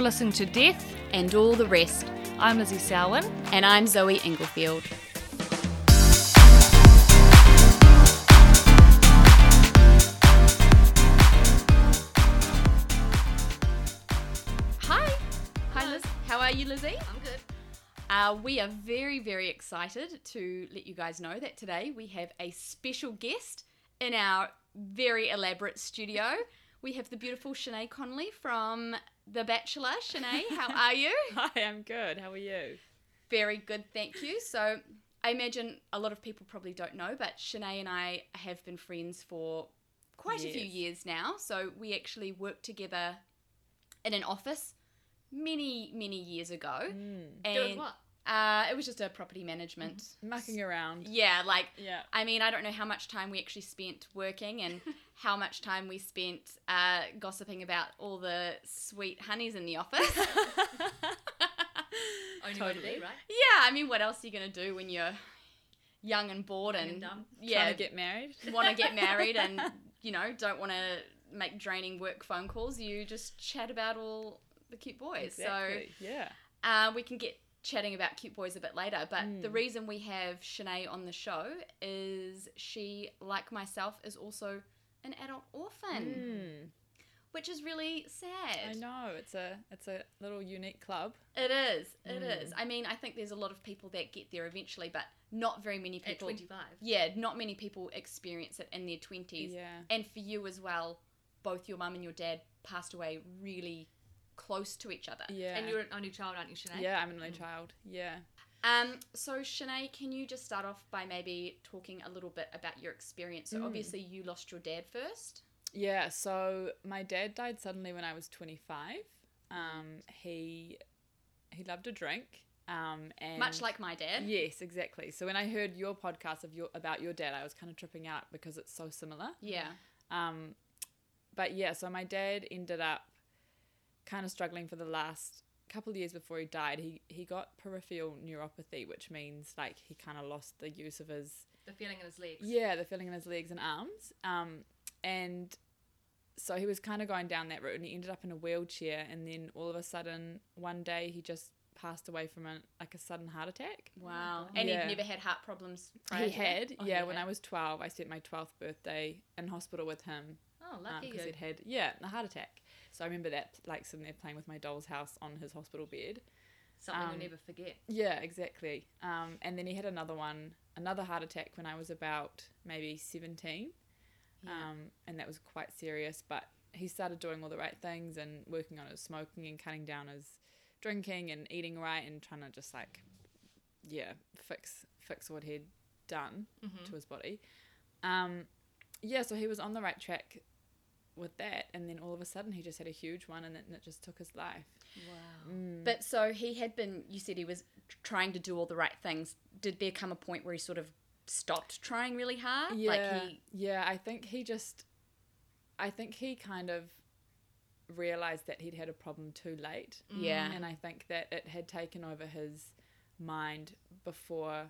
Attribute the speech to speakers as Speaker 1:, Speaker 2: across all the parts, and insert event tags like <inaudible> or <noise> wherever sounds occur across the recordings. Speaker 1: listen to Death.
Speaker 2: and all the rest.
Speaker 1: I'm Lizzie Salwin.
Speaker 2: And I'm Zoe Inglefield. Hi. Hi, Liz. How are you, Lizzie?
Speaker 3: I'm good.
Speaker 2: Uh, we are very, very excited to let you guys know that today we have a special guest in our very elaborate studio. We have the beautiful Shanae Connolly from The Bachelor. Shanae, how are
Speaker 3: <laughs>
Speaker 2: you?
Speaker 3: Hi, I'm good. How are you?
Speaker 2: Very good, thank you. So, I imagine a lot of people probably don't know, but Shanae and I have been friends for quite a few
Speaker 3: Yes.
Speaker 2: years now. So, we actually worked together in an office many, many years ago. And
Speaker 3: Mm. Doing what? Mm-hmm.
Speaker 2: Uh, it was just a property management.
Speaker 3: Mucking around.
Speaker 2: Yeah, like
Speaker 3: <laughs> Yeah.
Speaker 2: I mean, I don't know how much time we actually spent working
Speaker 3: <laughs>
Speaker 2: and how much time we spent uh, gossiping about all the sweet honeys in the
Speaker 3: <laughs>
Speaker 2: office.
Speaker 3: Only way to
Speaker 2: Totally.
Speaker 3: be, right?
Speaker 2: Yeah, I mean, what else are you gonna do when you're young and bored
Speaker 3: Young
Speaker 2: and,
Speaker 3: and dumb.
Speaker 2: yeah,
Speaker 3: Trying to get married.
Speaker 2: <laughs> want to
Speaker 3: <laughs>
Speaker 2: get married and you know don't want to make draining work phone calls? You just chat about all the cute boys.
Speaker 3: Exactly. yeah.
Speaker 2: So uh, we can get chatting about cute boys a bit later. But the
Speaker 3: Mm.
Speaker 2: reason we have Shanae on the show is she, like myself, is also an adult orphan,
Speaker 3: Mm.
Speaker 2: which is really sad.
Speaker 3: I know it's a it's a little unique club.
Speaker 2: It is. It is.
Speaker 3: Mm.
Speaker 2: I mean, I think there's a lot of people that get there eventually, but not very many
Speaker 4: At
Speaker 2: people.
Speaker 4: 25.
Speaker 2: Yeah, not many people experience it in their 20s.
Speaker 3: Yeah.
Speaker 2: And for you as well, both your mum and your dad passed away really close to each other.
Speaker 3: Yeah.
Speaker 4: And you're an only child, aren't you, Sinead?
Speaker 3: yeah, I'm an only
Speaker 2: Hmm.
Speaker 4: Mm.
Speaker 3: child. Yeah.
Speaker 2: Um, so, Shanae, can you just start off by maybe talking a little bit about your experience? So,
Speaker 3: Mm.
Speaker 2: obviously, you lost your dad first.
Speaker 3: Yeah, so my dad died suddenly when I was 25. Um, he he loved a drink. Um, and
Speaker 2: Much like my dad.
Speaker 3: yes, exactly. So when I heard your podcast of your about your dad, I was kind of tripping out because it's so similar.
Speaker 2: Yeah.
Speaker 3: Um, but yeah, so my dad ended up kind of struggling for the last couple of years before he died. He he got peripheral neuropathy, which means like he kind of lost the use of his
Speaker 4: The feeling in his legs.
Speaker 3: yeah, the feeling in his legs and arms. Um, and so he was kind of going down that route, and he ended up in a wheelchair. And then all of a sudden, one day, he just passed away from a, like a sudden heart attack.
Speaker 2: Wow.
Speaker 4: God.
Speaker 2: And
Speaker 3: Oh Yeah.
Speaker 2: he'd never had heart problems prior
Speaker 3: He
Speaker 2: to that?
Speaker 3: had,
Speaker 4: Oh, he
Speaker 3: yeah. When
Speaker 4: had.
Speaker 3: I was twelve, I spent my twelfth birthday in hospital with him
Speaker 4: Oh, lucky
Speaker 3: because
Speaker 4: you.
Speaker 3: Um, he'd had, yeah, a heart attack. So I remember that, like sitting there playing with my doll's house on his hospital bed.
Speaker 4: Something
Speaker 3: um,
Speaker 4: you'll never forget.
Speaker 3: Yeah, exactly. Um, and then he had another one, another heart attack when I was about maybe 17.
Speaker 2: Yeah.
Speaker 3: Um, and that was quite serious, but he started doing all the right things and working on his smoking and cutting down his drinking and eating right and trying to just like, yeah, fix fix what he'd done
Speaker 4: Mhm.
Speaker 3: to his body. Um, yeah, so he was on the right track with that, and then all of a sudden he just had a huge one, and it, and it just took his life.
Speaker 4: Wow.
Speaker 3: Mm.
Speaker 2: But so he had been, you said he was tr- trying to do all the right things. Did there come a point where he sort of stopped trying really hard?
Speaker 3: yeah,
Speaker 2: Like he,
Speaker 3: yeah i think he just i think he kind of realized that he'd had a problem too late
Speaker 2: yeah.
Speaker 3: Mm, and i think that it had taken over his mind before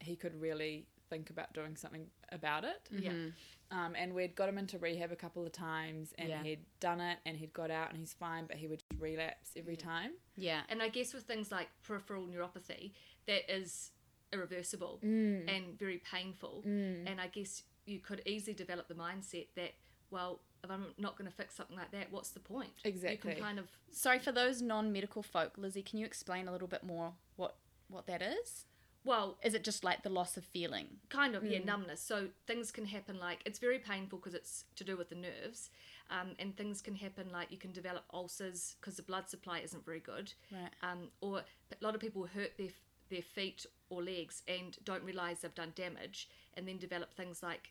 Speaker 3: he could really think about doing something about it
Speaker 4: Yeah.
Speaker 2: Mhm.
Speaker 3: um, and we'd got him into rehab a couple of times and
Speaker 2: Yeah.
Speaker 3: he'd done it and he'd got out and he's fine but he would just relapse every
Speaker 2: Mm.
Speaker 4: Yeah.
Speaker 3: time
Speaker 2: Yeah.
Speaker 4: And I guess with things like peripheral neuropathy, that is irreversible
Speaker 3: mm.
Speaker 4: and very painful.
Speaker 3: Mm.
Speaker 4: And I guess you could easily develop the mindset that, well, if I'm not going to fix something like that, what's the point? You
Speaker 3: Exactly.
Speaker 4: can kind of
Speaker 2: Sorry for those non-medical folk, Lizzie. Can you explain a little bit more what what that is?
Speaker 4: well,
Speaker 2: Is it just like the loss of feeling?
Speaker 4: kind of
Speaker 2: Hmm.
Speaker 4: yeah numbness so things can happen like it's very painful because it's to do with the nerves um, and things can happen like you can develop ulcers because the blood supply isn't very good
Speaker 2: Right.
Speaker 4: um, or a lot of people hurt their their feet or legs and don't realize they've done damage and then develop things like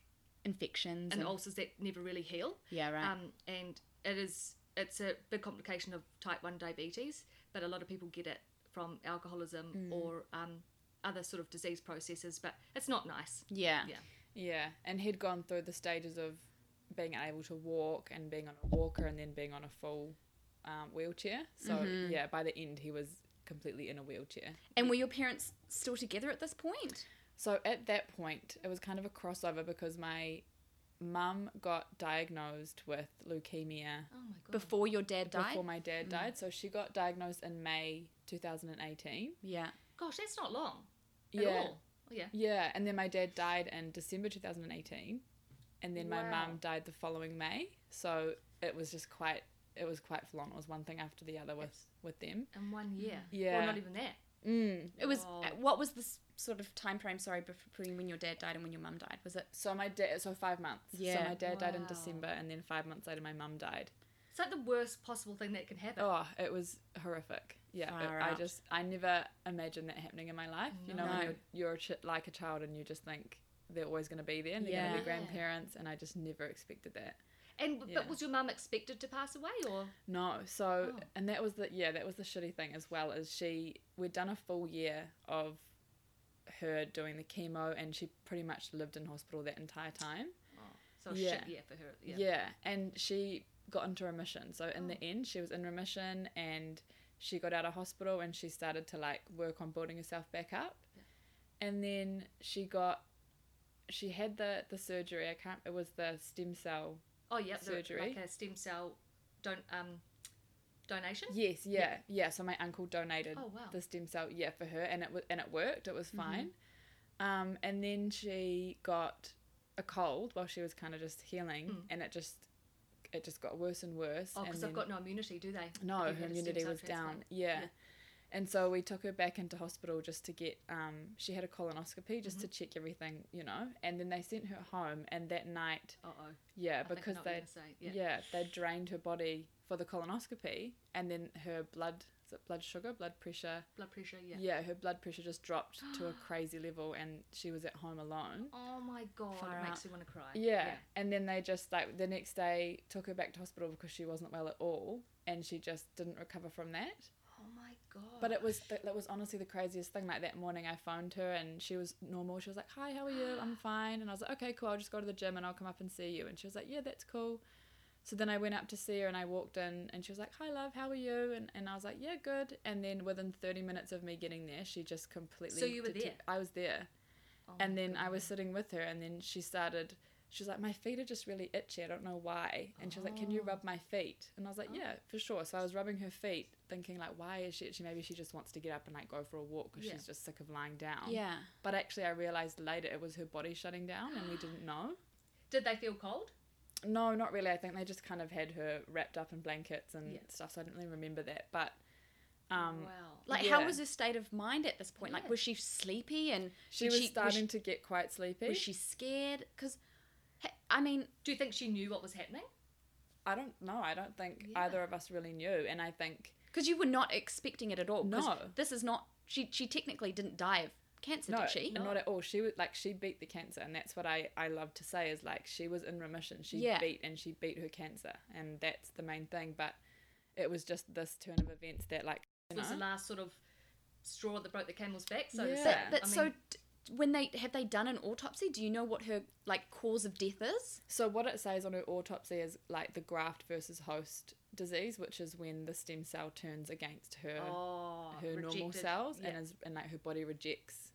Speaker 2: Infections.
Speaker 4: and
Speaker 2: and-
Speaker 4: ulcers that never really heal
Speaker 2: yeah. Right.
Speaker 4: um, and it is it's a big complication of type 1 diabetes but a lot of people get it from alcoholism
Speaker 2: Hmm.
Speaker 4: or um, other sort of disease processes but it's not nice
Speaker 2: yeah.
Speaker 4: yeah.
Speaker 3: Yeah, and he'd gone through the stages of being unable to walk and being on a walker and then being on a full um, wheelchair. So
Speaker 2: Mhm.
Speaker 3: yeah, by the end he was completely in a wheelchair.
Speaker 2: And were your parents
Speaker 3: Oh.
Speaker 2: still together at this point?
Speaker 3: So at that point it was kind of a crossover because my mum got diagnosed with leukemia
Speaker 4: Oh my god.
Speaker 5: Before your dad died?
Speaker 3: before my dad died. So she got diagnosed in May 2018.
Speaker 5: yeah.
Speaker 4: Gosh, that's not long. At
Speaker 3: Yeah.
Speaker 4: all. Oh, yeah.
Speaker 3: Yeah, and then my dad died in December 2018, and then my
Speaker 4: Wow.
Speaker 3: mum died the following May. So it was just quite it was quite full on. It was one thing after the other with with them.
Speaker 4: In one year.
Speaker 3: Yeah.
Speaker 4: Or not even that.
Speaker 3: Mm.
Speaker 5: It was
Speaker 4: Wow.
Speaker 5: uh, what was this sort of time frame? Sorry, bef- between when your dad died and when your mum died, was it?
Speaker 3: So my dad so five months. So
Speaker 5: Yeah.
Speaker 3: my dad died in
Speaker 4: Wow.
Speaker 3: December, and then five months later my mum died.
Speaker 4: It's like the worst possible thing that can happen.
Speaker 3: Oh, it was horrific. Yeah, it-
Speaker 5: Far
Speaker 3: I
Speaker 5: out.
Speaker 3: just I never imagined that happening in my life. You know,
Speaker 5: No.
Speaker 3: when you're, you're a ch- like a child and you just think they're always going to be there and they're going to
Speaker 5: Yeah.
Speaker 3: be grandparents, and I just never expected that.
Speaker 4: And but
Speaker 3: Yeah.
Speaker 4: was your mum expected to pass away or
Speaker 3: No, so
Speaker 4: Oh.
Speaker 3: and that was the yeah, that was the shitty thing as well as she we'd done a full year of her doing the chemo and she pretty much lived in hospital that entire time.
Speaker 4: Oh, so a
Speaker 3: Yeah.
Speaker 4: shit year for her?
Speaker 3: Yeah.
Speaker 4: Yeah. Oh.
Speaker 3: and she got into remission. So in the end she was in remission and she got out of hospital and she started to like work on building herself back up. And then she got she had the the surgery, I can't it was the stem cell
Speaker 4: Oh yeah. the-
Speaker 3: Surgery.
Speaker 4: Like a stem cell don um donation.
Speaker 3: Yes, yeah, yeah. So my uncle donated
Speaker 4: Oh, Mm-hmm. wow.
Speaker 3: the stem cell, yeah, for her, and it was and it worked. It was fine. Um, and then she got a cold while she was kind of just healing, and it just it just got worse and worse.
Speaker 4: Hmm. Oh,
Speaker 3: and
Speaker 4: because
Speaker 3: then-
Speaker 4: they've got no immunity, do they?
Speaker 3: no,
Speaker 4: If you had a
Speaker 3: her
Speaker 4: stem
Speaker 3: immunity
Speaker 4: cell
Speaker 3: was down.
Speaker 4: transplant.
Speaker 3: Yeah.
Speaker 4: Yeah.
Speaker 3: And so we took her back into hospital just to get, um, she had a colonoscopy just
Speaker 4: Mm-hmm.
Speaker 3: to check everything, you know. And then they sent her home, and that night,
Speaker 4: Uh oh.
Speaker 3: yeah,
Speaker 4: I
Speaker 3: because
Speaker 4: think I
Speaker 3: they
Speaker 4: know what
Speaker 3: yeah.
Speaker 4: you're gonna say. Yeah.
Speaker 3: they drained her body for the colonoscopy, and then her blood, is it blood sugar, blood pressure,
Speaker 4: Blood pressure. Yeah.
Speaker 3: yeah, her blood pressure just dropped
Speaker 4: <gasps>
Speaker 3: to a crazy level, and she was at home alone.
Speaker 4: Oh my god,
Speaker 5: Far
Speaker 4: it
Speaker 5: out.
Speaker 4: makes you want to cry.
Speaker 3: Yeah. and then they just like the next day took her back to hospital because she wasn't well at all, and she just didn't recover from that.
Speaker 4: Oh my god.
Speaker 3: But it was th- that was honestly the craziest thing. Like that morning, I phoned her and she was normal. She was like, "Hi, how are you?
Speaker 4: <gasps>
Speaker 3: I'm fine." And I was like, "Okay, cool. I'll just go to the gym and I'll come up and see you." And she was like, "Yeah, that's cool." So then I went up to see her and I walked in and she was like, "Hi, love. How are you?" And and I was like, "Yeah, good." And then within 30 minutes of me getting there, she just completely.
Speaker 4: So you were there?
Speaker 3: I was there,
Speaker 4: Oh my
Speaker 3: and then I was sitting with her, and then she started. She was like, my feet are just really itchy. I don't know why. And she was like, can you rub my feet? And I was like, yeah, for sure. So I was rubbing her feet, thinking like, why is she itchy? Maybe she just wants to get up and like go for a walk because
Speaker 4: Yeah.
Speaker 3: she's just sick of lying down.
Speaker 5: Yeah.
Speaker 3: But actually, I realized later it was her body shutting down, and we didn't know.
Speaker 4: Did they feel cold?
Speaker 3: <gasps> No, not really. I think they just kind of had her wrapped up in blankets and
Speaker 4: Yeah.
Speaker 3: stuff. So I didn't really remember that. But um,
Speaker 4: wow.
Speaker 5: Like,
Speaker 3: Yeah.
Speaker 5: how was her state of mind at this point? Like, was she sleepy and
Speaker 3: she
Speaker 5: did
Speaker 3: was
Speaker 5: was
Speaker 3: starting to get quite sleepy.
Speaker 5: Was she scared? Because, I mean,
Speaker 4: Do you think she knew what was happening?
Speaker 3: I don't know. I don't think
Speaker 4: Yeah.
Speaker 3: either of us really knew. And I think
Speaker 5: because you were not expecting it at all. 'cause
Speaker 3: No.
Speaker 5: this is not. She she technically didn't die of cancer,
Speaker 3: no,
Speaker 5: did she?
Speaker 3: not at all. She was like she beat the cancer, and that's what I I love to say is like she was in remission. She
Speaker 5: Yeah.
Speaker 3: beat and she beat her cancer, and that's the main thing. But it was just this turn of events that like you
Speaker 4: It was the
Speaker 3: know,
Speaker 4: last sort of straw that broke the camel's back. So
Speaker 3: Yeah.
Speaker 4: to
Speaker 5: But
Speaker 4: say.
Speaker 3: I
Speaker 5: that's
Speaker 4: I mean,
Speaker 5: so. d- When they have they done an autopsy? Do you know what her like cause of death is?
Speaker 3: So what it says on her autopsy is like the graft versus host disease, which is when the stem cell turns against her
Speaker 4: Oh,
Speaker 3: her normal
Speaker 4: rejected.
Speaker 3: cells
Speaker 4: Yeah.
Speaker 3: and is and like her body rejects.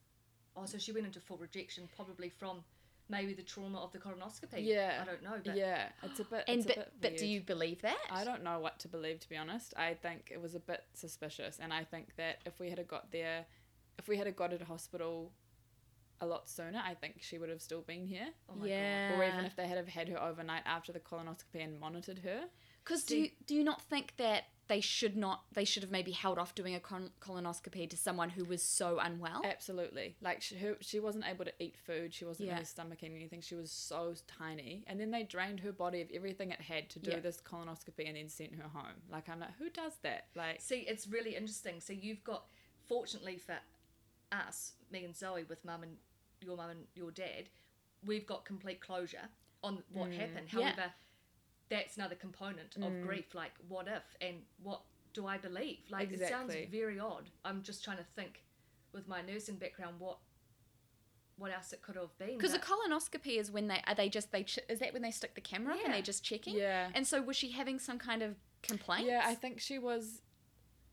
Speaker 4: oh, so she went into full rejection, probably from maybe the trauma of the colonoscopy.
Speaker 3: Yeah.
Speaker 4: I don't know, but
Speaker 3: yeah, it's a bit.
Speaker 5: And
Speaker 3: it's a
Speaker 5: but
Speaker 3: bit
Speaker 5: but do
Speaker 3: weird.
Speaker 5: you believe that?
Speaker 3: I don't know what to believe, to be honest. I think it was a bit suspicious, and I think that if we had a got there, if we had a got at hospital a lot sooner, I think she would have still been here.
Speaker 4: oh my god.
Speaker 5: yeah.
Speaker 3: Or even if they had have had her overnight after the colonoscopy and monitored her.
Speaker 5: Because do you, do you not think that they should not they should have maybe held off doing a con- colonoscopy to someone who was so unwell?
Speaker 3: Uh, Absolutely, like she, her, she wasn't able to eat food. She wasn't
Speaker 5: Yeah.
Speaker 3: really stomaching anything. She was so tiny, and then they drained her body of everything it had to do
Speaker 5: Yeah.
Speaker 3: this colonoscopy, and then sent her home. Like I'm like, who does that? Like,
Speaker 4: See, it's really interesting. So you've got, fortunately for us, me and Zoe, with mum and your mum and your dad, we've got complete closure on what
Speaker 3: Mm.
Speaker 4: happened.
Speaker 5: Yeah.
Speaker 4: However, that's another component of grief. Like, what if and what do I believe? Like,
Speaker 3: Exactly.
Speaker 4: it sounds very odd. I'm just trying to think, with my nursing background, what what else it could have been.
Speaker 5: Because a
Speaker 4: but-
Speaker 5: colonoscopy is when they are they just they ch- is that when they stick the camera up and
Speaker 4: Yeah.
Speaker 5: they're just checking.
Speaker 3: Yeah.
Speaker 5: And so was she having some kind of complaint?
Speaker 3: Yeah, I think she was.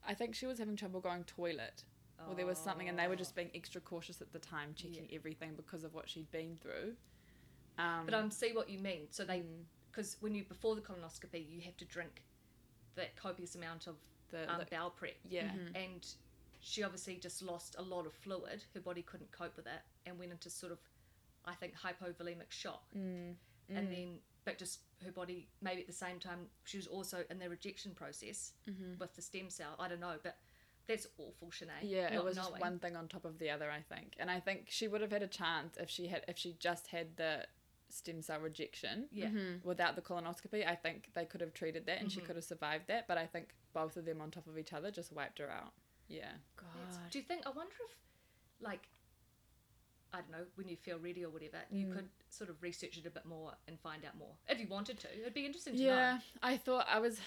Speaker 3: I think she was having trouble going toilet, or there was
Speaker 4: Oh.
Speaker 3: something, and they were just being extra cautious at the time, checking everything because of what she'd been through. Um,
Speaker 4: But I um, see what you mean. So they,
Speaker 3: Mm.
Speaker 4: because when you before the colonoscopy, you have to drink that copious amount of
Speaker 3: the,
Speaker 4: um,
Speaker 3: the-
Speaker 4: bowel prep,
Speaker 3: yeah,
Speaker 4: and she obviously just lost a lot of fluid. Her body couldn't cope with it, and went into sort of, I think, hypovolemic shock.
Speaker 3: Mm,
Speaker 4: And then, but just her body. Maybe at the same time, she was also in the rejection process
Speaker 3: Mm-hmm.
Speaker 4: with the stem cell. I don't know, but that's awful, Sinead.
Speaker 3: yeah.
Speaker 4: not
Speaker 3: It was
Speaker 4: knowing.
Speaker 3: just one thing on top of the other, I think. And I think she would have had a chance if she had if she just had the stem cell rejection.
Speaker 4: Yeah.
Speaker 5: Mm-hmm.
Speaker 3: without the colonoscopy, I think they could have treated that and
Speaker 4: Mm-hmm.
Speaker 3: she could have survived that. But I think both of them on top of each other just wiped her out. Yeah.
Speaker 4: That's-
Speaker 1: God.
Speaker 4: Do you think? I wonder if, like, I don't know, when you feel ready or whatever, you
Speaker 3: Mm.
Speaker 4: could sort of research it a bit more and find out more if you wanted to. It'd be interesting to
Speaker 3: Yeah.
Speaker 4: know.
Speaker 3: I thought I was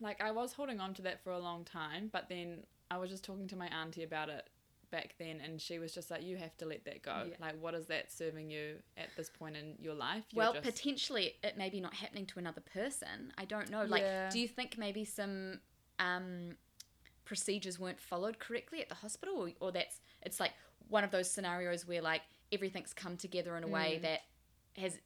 Speaker 3: like, I was holding on to that for a long time, but then I was just talking to my auntie about it back then and she was just like you have to let that go
Speaker 4: Yeah.
Speaker 3: like what is that serving you at this point in your life You're
Speaker 2: well,
Speaker 3: just-
Speaker 2: potentially it may be not happening to another person. I don't know. Like,
Speaker 3: Yeah.
Speaker 2: do you think maybe some um, procedures weren't followed correctly at the hospital, or, or that's it's like one of those scenarios where like everything's come together in a
Speaker 3: Mm.
Speaker 2: way that has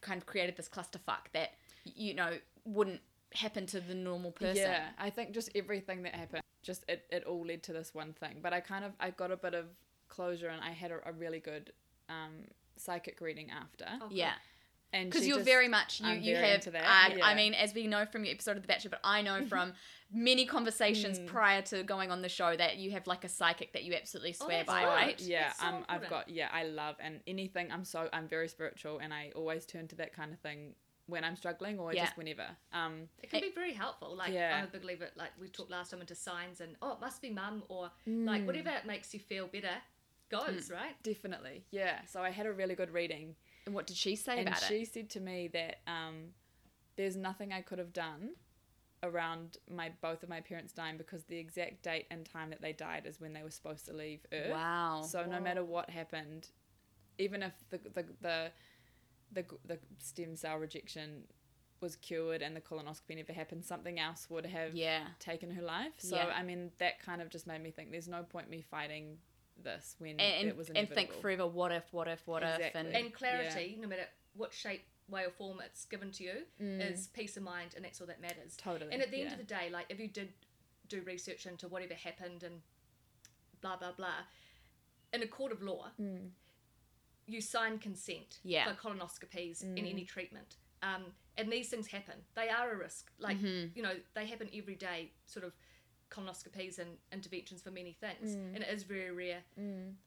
Speaker 2: kind of created this clusterfuck that you know wouldn't happen to the normal person.
Speaker 3: Yeah, I think just everything that happened, just it, it all led to this one thing. But I kind of I got a bit of closure, and I had a, a really good um, psychic reading after.
Speaker 4: Oh,
Speaker 2: Yeah.
Speaker 3: And
Speaker 2: because
Speaker 3: she
Speaker 2: you're
Speaker 3: just-
Speaker 2: very much Oh. you
Speaker 3: I'm
Speaker 2: you
Speaker 3: very
Speaker 2: have.
Speaker 3: into that,
Speaker 2: I,
Speaker 3: yeah.
Speaker 2: I mean, as we know from your episode of The Bachelor, but I know
Speaker 3: <laughs>
Speaker 2: from many conversations
Speaker 3: Mm.
Speaker 2: prior to going on the show that you have like a psychic that you absolutely
Speaker 3: Oh,
Speaker 2: swear
Speaker 4: that's
Speaker 2: by,
Speaker 4: right.
Speaker 2: right?
Speaker 3: Yeah,
Speaker 4: It's so
Speaker 3: um, I've
Speaker 4: important.
Speaker 3: got yeah, I love and anything. I'm so I'm very spiritual, and I always turn to that kind of thing when I'm struggling or
Speaker 2: Yeah.
Speaker 3: just whenever. Um,
Speaker 4: It can be very helpful. Like
Speaker 3: Yeah.
Speaker 4: I'm a big believer. Like we talked last time into signs and oh, it must be mum or like whatever makes you feel better goes right.
Speaker 3: definitely, yeah. So I had a really good reading,
Speaker 2: And what did she say
Speaker 3: and
Speaker 2: about
Speaker 3: she
Speaker 2: it?
Speaker 3: said to me that um, there's nothing I could have done around my both of my parents dying because the exact date and time that they died is when they were supposed to leave Earth.
Speaker 2: Wow.
Speaker 3: So no matter what happened, even if the the the the, the stem cell rejection was cured and the colonoscopy never happened, something else would have
Speaker 2: yeah.
Speaker 3: taken her life. So
Speaker 2: Yeah.
Speaker 3: I mean, that kind of just made me think there's no point me fighting this when
Speaker 2: And,
Speaker 3: it was
Speaker 2: and think
Speaker 3: inevitable.
Speaker 2: forever, what if, what if, what if,
Speaker 3: Exactly.
Speaker 2: and,
Speaker 4: And clarity, no matter what shape, way or form it's given to you, is peace of mind, and that's all that matters.
Speaker 3: Totally,
Speaker 4: And at the end
Speaker 3: yeah.
Speaker 4: of the day, like if you did do research into whatever happened and blah blah blah, in a court of law,
Speaker 3: Mm.
Speaker 4: you sign consent
Speaker 2: Yeah.
Speaker 4: for colonoscopies and any
Speaker 3: Mm.
Speaker 4: treatment. Um, and these things happen. They are a risk. Like
Speaker 3: Mm-hmm.
Speaker 4: you know, they happen every day. Sort of colonoscopies and interventions for many things,
Speaker 3: Mm.
Speaker 4: and it is very rare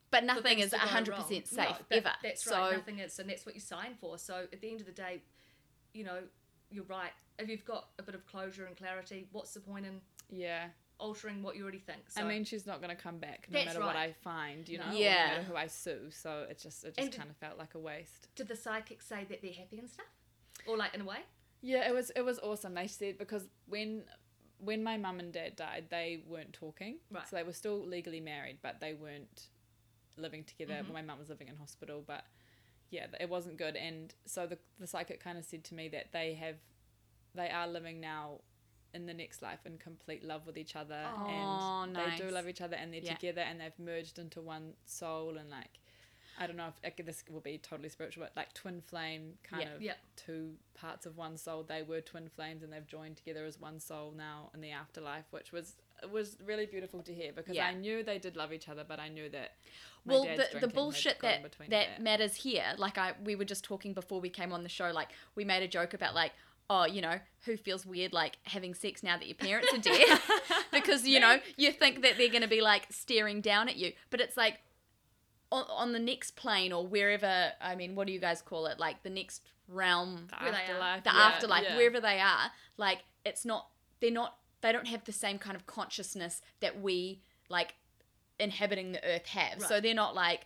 Speaker 2: but
Speaker 4: for
Speaker 2: nothing
Speaker 4: things
Speaker 2: is
Speaker 4: to go wrong.
Speaker 2: 100% safe
Speaker 4: No, that-
Speaker 2: ever.
Speaker 4: That's
Speaker 2: so,
Speaker 4: right. Nothing is, and that's what you sign for. So at the end of the day, you know, you're right. If you've got a bit of closure and clarity, what's the point in
Speaker 3: yeah.
Speaker 4: altering what you already think? So,
Speaker 3: I mean, she's not going to come back no
Speaker 4: That's
Speaker 3: matter what
Speaker 4: right.
Speaker 3: I find, you know,
Speaker 4: No.
Speaker 3: or
Speaker 2: Yeah.
Speaker 3: no matter who I sue. So it just it just
Speaker 4: And-
Speaker 3: kind of felt like a waste.
Speaker 4: did the psychic say that they're happy and stuff, or like in a way?
Speaker 3: Yeah, it was it was awesome. They said because when when my mum and dad died, they weren't talking.
Speaker 4: Right.
Speaker 3: So they were still legally married, but they weren't living together.
Speaker 2: Mm-hmm.
Speaker 3: My mum was living in hospital, but yeah, it wasn't good. And so the the psychic kind of said to me that they have they are living now in the next life in complete love with each other
Speaker 2: Aw,
Speaker 3: and they do
Speaker 2: nice.
Speaker 3: love each other and they're
Speaker 2: Yeah.
Speaker 3: together and they've merged into one soul and like I don't know if like, this will be totally spiritual, but like twin flame kind
Speaker 2: Yeah.
Speaker 3: of
Speaker 4: Yeah.
Speaker 3: two parts of one soul. They were twin flames and they've joined together as one soul now in the afterlife, which was was really beautiful to hear because
Speaker 2: Yeah.
Speaker 3: I knew they did love each other, but I knew that my
Speaker 2: well,
Speaker 3: dad's
Speaker 2: the, the
Speaker 3: drinking had
Speaker 2: bullshit
Speaker 3: got in
Speaker 2: that
Speaker 3: between
Speaker 2: that matters here, like I we were just talking before we came on the show, like we made a joke about like, oh, you know, who feels weird like having sex now that your parents are
Speaker 3: <laughs>
Speaker 2: dead, because you know you think that they're gonna be like staring down at you, but it's like on, on the next plane or wherever. I mean, what do you guys call it? Like the next realm
Speaker 3: the
Speaker 4: where they are.
Speaker 3: afterlife,
Speaker 2: the
Speaker 3: yeah,
Speaker 2: afterlife,
Speaker 3: yeah.
Speaker 2: wherever they are, like it's not they're not they don't have the same kind of consciousness that we like inhabiting the earth have. So
Speaker 4: Right.
Speaker 2: they're not like,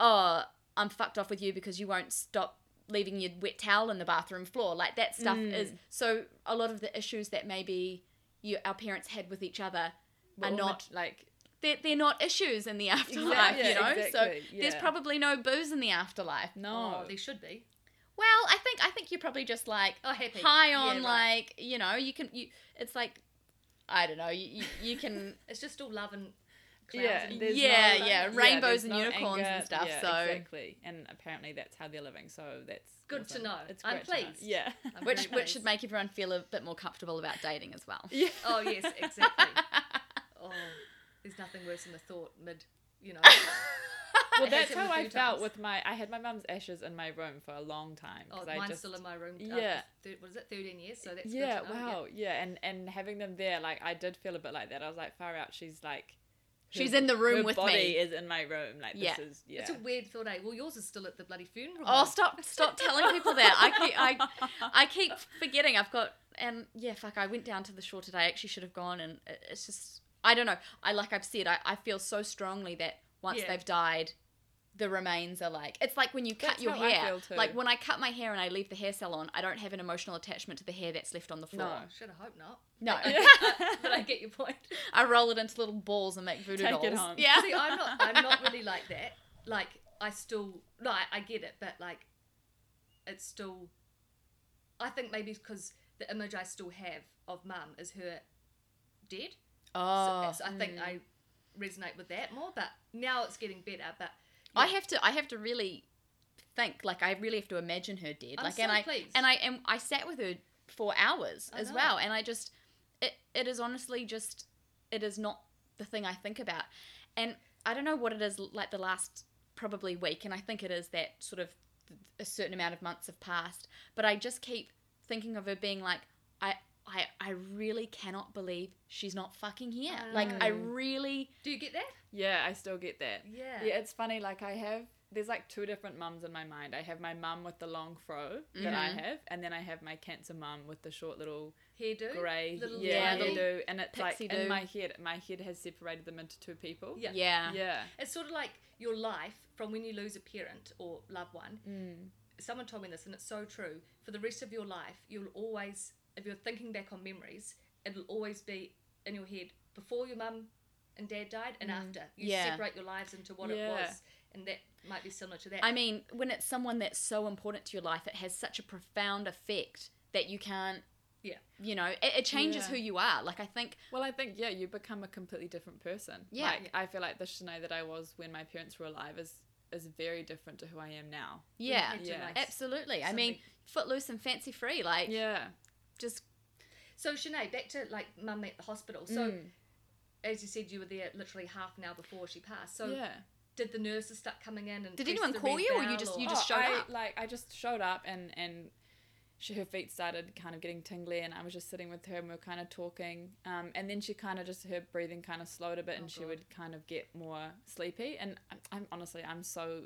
Speaker 2: oh, I'm fucked off with you because you won't stop leaving your wet towel in the bathroom floor. Like that stuff
Speaker 3: Mm.
Speaker 2: is so a lot of the issues that maybe you our parents had with each other
Speaker 3: We're
Speaker 2: are
Speaker 3: all
Speaker 2: not
Speaker 3: like
Speaker 2: they're, they're not issues in the <laughs> afterlife,
Speaker 3: Exactly,
Speaker 2: you know. so
Speaker 3: exactly,
Speaker 2: there's
Speaker 3: yeah.
Speaker 2: probably no booze in the afterlife.
Speaker 3: no.
Speaker 4: Oh, they should be.
Speaker 2: Well, I think I think you're probably just like
Speaker 4: Oh, happy.
Speaker 2: high
Speaker 4: Yeah,
Speaker 2: on
Speaker 4: right.
Speaker 2: like you know you can you it's like I don't know you you, you can
Speaker 4: It's just all love and clouds
Speaker 3: yeah,
Speaker 4: and-
Speaker 3: there's
Speaker 2: Yeah,
Speaker 3: no-
Speaker 2: yeah, rainbows
Speaker 3: there's
Speaker 2: and
Speaker 3: no
Speaker 2: unicorns and stuff,
Speaker 3: yeah,
Speaker 2: so-
Speaker 3: exactly, and apparently that's how they're living. So that's
Speaker 4: Good to
Speaker 3: awesome.
Speaker 4: know.
Speaker 3: It's
Speaker 4: I'm
Speaker 3: great to know.
Speaker 4: pleased.
Speaker 3: Yeah, <laughs>
Speaker 4: I'm
Speaker 2: which
Speaker 4: very
Speaker 2: which should
Speaker 4: pleased.
Speaker 2: make everyone feel a bit more comfortable about dating as well.
Speaker 3: yeah.
Speaker 4: Oh yes,
Speaker 2: <laughs>
Speaker 4: exactly. oh, there's nothing worse than the thought mid, you
Speaker 2: <laughs>
Speaker 4: know.
Speaker 3: well,
Speaker 4: It
Speaker 3: that's
Speaker 4: happened
Speaker 3: how
Speaker 4: a
Speaker 3: I
Speaker 4: few
Speaker 3: felt
Speaker 4: times.
Speaker 3: with my. I had my mum's ashes in my room for a long time.
Speaker 4: Oh,
Speaker 3: 'cause I
Speaker 4: mine's
Speaker 3: just-
Speaker 4: still in my room.
Speaker 3: Yeah.
Speaker 4: Uh, thir- what is it? Thirteen years. So that's
Speaker 3: yeah,
Speaker 4: Good to know, yeah.
Speaker 3: wow, yeah. and and having them there, like I did feel a bit like that. I was like, far out. She's like,
Speaker 2: She's in the room
Speaker 3: her
Speaker 2: with
Speaker 3: body
Speaker 2: me.
Speaker 3: is in my room. Like
Speaker 2: Yeah.
Speaker 3: this is yeah. <laughs>
Speaker 4: It's a weird thought, eh? Well, yours is still at the bloody funeral.
Speaker 2: Oh, stop stop telling people that. I keep I I keep forgetting I've got and yeah, fuck, I went down to the shore today. I actually should have gone and it- it's just I don't know. I like I've said, I, I feel so strongly that once
Speaker 4: Yeah.
Speaker 2: they've died, the remains are like it's like when you cut
Speaker 3: That's
Speaker 2: your
Speaker 3: how I
Speaker 2: hair.
Speaker 3: feel too.
Speaker 2: Like when I cut my hair and I leave the hair salon, I don't have an emotional attachment to the hair that's left on the floor.
Speaker 3: No.
Speaker 4: Should Oh, I hope not?
Speaker 2: No.
Speaker 3: <laughs>
Speaker 4: But I get your point.
Speaker 2: I roll it into little balls and make voodoo
Speaker 3: Take
Speaker 2: dolls.
Speaker 3: it home.
Speaker 2: Yeah.
Speaker 4: See, I'm not. I'm not really like that. Like, I still. No, I, I get it, but like, it's still. I think maybe because the image I still have of mum is her dead.
Speaker 2: Oh.
Speaker 4: So, so I think I resonate with that more. But now it's getting better. But
Speaker 2: I have to I have to really think like I really have to imagine her dead
Speaker 4: I'm
Speaker 2: like
Speaker 4: so
Speaker 2: and I
Speaker 4: pleased.
Speaker 2: and I and I sat with her for hours
Speaker 4: I
Speaker 2: as
Speaker 4: know.
Speaker 2: well and I just it, it is honestly just it is not the thing I think about and I don't know what it is like the last probably week and I think it is that sort of a certain amount of months have passed but I just keep thinking of her being like I I, I really cannot believe she's not fucking here.
Speaker 4: I
Speaker 2: Like I
Speaker 3: know.
Speaker 2: really
Speaker 4: do you get that?
Speaker 3: yeah, I still get that.
Speaker 4: Yeah.
Speaker 3: Yeah, it's funny. Like I have, there's like two different mums in my mind. I have my mum with the long fro that I
Speaker 2: Mhm.
Speaker 3: have, and then I have my cancer mum with the short little
Speaker 4: Hairdo.
Speaker 3: grey,
Speaker 4: Little
Speaker 3: yeah,
Speaker 2: little
Speaker 3: hairdo. And it's like
Speaker 2: pixie do.
Speaker 3: in my head, my head has separated them into two people.
Speaker 4: Yeah.
Speaker 2: yeah.
Speaker 3: yeah,
Speaker 4: It's sort of like your life from when you lose a parent or loved one.
Speaker 2: Mm.
Speaker 4: Someone told me this, and it's so true. For the rest of your life, you'll always, if you're thinking back on memories, it'll always be in your head before your mum and dad died and after. You
Speaker 2: Mm. Yeah.
Speaker 4: separate your lives into what it
Speaker 3: Yeah.
Speaker 4: was, and that might be similar to that.
Speaker 2: I mean, when it's someone that's so important to your life, it has such a profound effect that you can't,
Speaker 4: yeah.
Speaker 2: you know, it, it changes
Speaker 3: Yeah.
Speaker 2: who you are. Like, I think,
Speaker 3: Well, I think yeah, you become a completely different person.
Speaker 2: Yeah.
Speaker 3: like, I feel like the Shanae that I was when my parents were alive is is very different to who I am now.
Speaker 2: yeah,
Speaker 4: had to,
Speaker 3: Yeah.
Speaker 4: like,
Speaker 2: absolutely. I mean,
Speaker 4: something-
Speaker 2: footloose and fancy free, like,
Speaker 3: Yeah,
Speaker 2: just
Speaker 4: So Sinead, back to like mum at the hospital. So
Speaker 2: Mm.
Speaker 4: as you said, you were there literally half an hour before she passed. So
Speaker 3: yeah.
Speaker 4: did the nurses start coming in and
Speaker 2: Did
Speaker 4: press
Speaker 2: anyone
Speaker 4: the
Speaker 2: call
Speaker 4: red
Speaker 2: you or you
Speaker 4: bell
Speaker 2: just- you
Speaker 4: or-
Speaker 2: just showed
Speaker 3: Oh, I,
Speaker 2: up?
Speaker 3: Like I just showed up and and she, her feet started kind of getting tingly and I was just sitting with her and we were kind of talking. Um, and then she kind of just her breathing kind of slowed a bit and she
Speaker 4: God.
Speaker 3: would kind of get more sleepy. And I'm, I'm honestly I'm so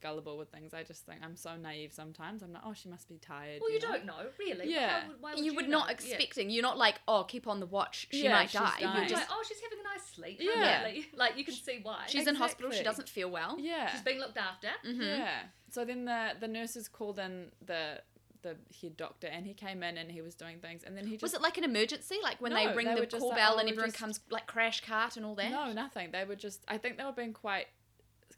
Speaker 3: gullible with things. I just think I'm so naive sometimes. I'm like, oh, she must be tired.
Speaker 4: Well, you
Speaker 3: know?
Speaker 4: don't know, really.
Speaker 3: Yeah.
Speaker 4: Why would, why
Speaker 2: you would
Speaker 4: know?
Speaker 2: not
Speaker 4: Yeah.
Speaker 2: expecting, you're not like, oh, keep on the watch, she
Speaker 3: Yeah,
Speaker 2: might
Speaker 3: she's
Speaker 2: die.
Speaker 3: dying.
Speaker 2: You're
Speaker 4: You're
Speaker 2: just,
Speaker 4: like, oh, she's having a nice sleep.
Speaker 3: Yeah.
Speaker 4: Yeah. <laughs> Like, you can see why.
Speaker 2: she's in hospital, she
Speaker 3: exactly.
Speaker 2: doesn't feel well.
Speaker 3: Yeah.
Speaker 4: She's being looked after.
Speaker 2: Mm-hmm. Hmm.
Speaker 3: Yeah. So then the the nurses called in the the head doctor and he came in and he was doing things and then he just
Speaker 2: Was it like an emergency? Like when
Speaker 3: No,
Speaker 2: they ring
Speaker 3: they
Speaker 2: the
Speaker 3: were just
Speaker 2: call
Speaker 3: like,
Speaker 2: bell
Speaker 3: oh,
Speaker 2: and
Speaker 3: we're
Speaker 2: everyone
Speaker 3: just-
Speaker 2: comes, like, crash cart and all that?
Speaker 3: No, nothing. They were just. I think they were being quite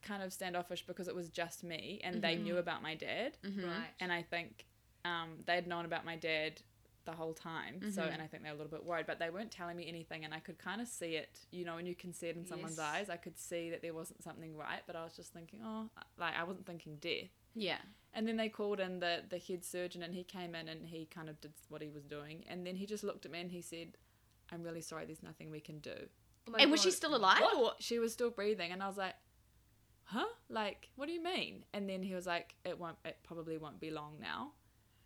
Speaker 3: kind of standoffish because it was just me, and they
Speaker 2: Mm-hmm.
Speaker 3: knew about my dad,
Speaker 4: Right.
Speaker 3: and I think um, they'd known about my dad the whole time. So,
Speaker 2: Mhm.
Speaker 3: and I think they were a little bit worried, but they weren't telling me anything, and I could kind of see it, you know, and you can see it in someone's
Speaker 4: Yes.
Speaker 3: eyes. I could see that there wasn't something right, but I was just thinking, oh, like I wasn't thinking death.
Speaker 2: Yeah.
Speaker 3: And then they called in the, the head surgeon and he came in and he kind of did what he was doing. And then he just looked at me and he said, I'm really sorry, there's nothing we can do.
Speaker 4: Oh my
Speaker 2: and was she
Speaker 4: God.
Speaker 2: still alive?
Speaker 3: What?
Speaker 2: Or?
Speaker 3: She was still breathing, and I was like, "Huh? Like, what do you mean?" And then he was like, "It won't. It probably won't be long now."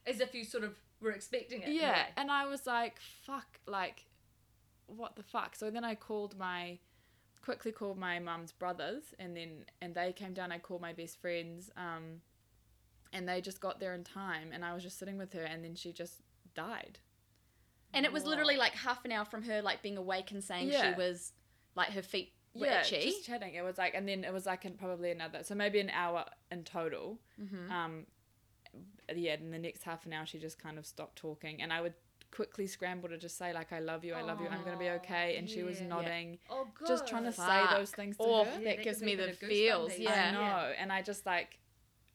Speaker 4: As if you sort of were expecting it. in a
Speaker 3: Yeah,
Speaker 4: way.
Speaker 3: and I was like, "Fuck! Like, what the fuck?" So then I called my, quickly called my mum's brothers, and then and they came down. I called my best friends, um, and they just got there in time, and I was just sitting with her, and then she just died.
Speaker 2: And it was
Speaker 4: Wow.
Speaker 2: literally like half an hour from her like being awake and saying
Speaker 3: Yeah.
Speaker 2: she was like her feet were
Speaker 3: yeah,
Speaker 2: itchy.
Speaker 3: just chatting. It was like, and then it was like, an, probably another, so maybe an hour in total.
Speaker 2: Mm-hmm.
Speaker 4: Mm.
Speaker 3: Um, yeah, in the next half an hour, she just kind of stopped talking, and I would quickly scramble to just say like, "I love you, I love you, I'm gonna be
Speaker 4: Aw,
Speaker 3: okay," and she was
Speaker 4: yeah. Yeah.
Speaker 3: nodding,
Speaker 4: Oh, God.
Speaker 3: just trying to say
Speaker 2: Fuck.
Speaker 3: those things to
Speaker 2: Oh,
Speaker 3: her.
Speaker 2: that
Speaker 4: Yeah, that
Speaker 2: gives
Speaker 4: gives me
Speaker 2: me
Speaker 4: a
Speaker 2: the
Speaker 4: bit of goosebumps,
Speaker 2: feels.
Speaker 4: eh?
Speaker 2: Yeah.
Speaker 3: I know, and I just like,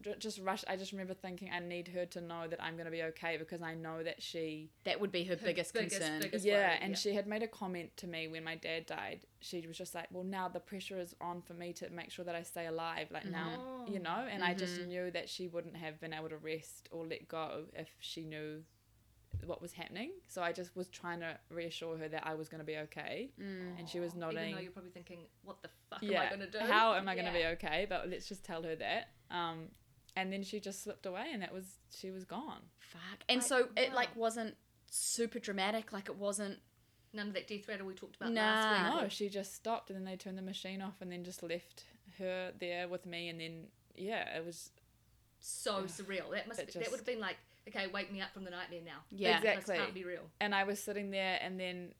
Speaker 3: ju- just rushed. I just remember thinking, I need her to know that I'm going to be okay because I know that she
Speaker 2: That would be her, biggest,
Speaker 4: biggest-
Speaker 2: concern.
Speaker 4: biggest- It's
Speaker 3: yeah,
Speaker 4: worried,
Speaker 3: and
Speaker 4: yeah.
Speaker 3: she had made a comment to me when my dad died. She was just like, "Well, now the pressure is on for me to make sure that I stay alive." Like now, you know. And I just knew that she wouldn't have been able to rest or let go if she knew what was happening. So I just was trying to reassure her that I was going to be okay, and she was
Speaker 4: Even
Speaker 3: nodding.
Speaker 4: though you're probably thinking, what the fuck
Speaker 3: yeah,
Speaker 4: am I going to do?
Speaker 3: how am I going to
Speaker 5: Yeah.
Speaker 3: be okay? But let's just tell her that. Um, and then she just slipped away, and that was she was gone.
Speaker 2: Fuck. And
Speaker 4: Like,
Speaker 2: so it
Speaker 4: wow.
Speaker 2: like wasn't super dramatic. Like it wasn't.
Speaker 4: None of that death rattle we talked about
Speaker 2: Nah.
Speaker 4: last week.
Speaker 3: No, she just stopped and then they turned the machine off and then just left her there with me and then yeah, it was
Speaker 4: So
Speaker 3: Ugh,
Speaker 4: surreal. That must
Speaker 3: it
Speaker 4: that would
Speaker 3: just-
Speaker 4: have been like, okay, wake me up from the nightmare now.
Speaker 2: Yeah.
Speaker 3: Exact-
Speaker 4: This
Speaker 3: Exactly.
Speaker 4: can't be real.
Speaker 3: and I was sitting there and then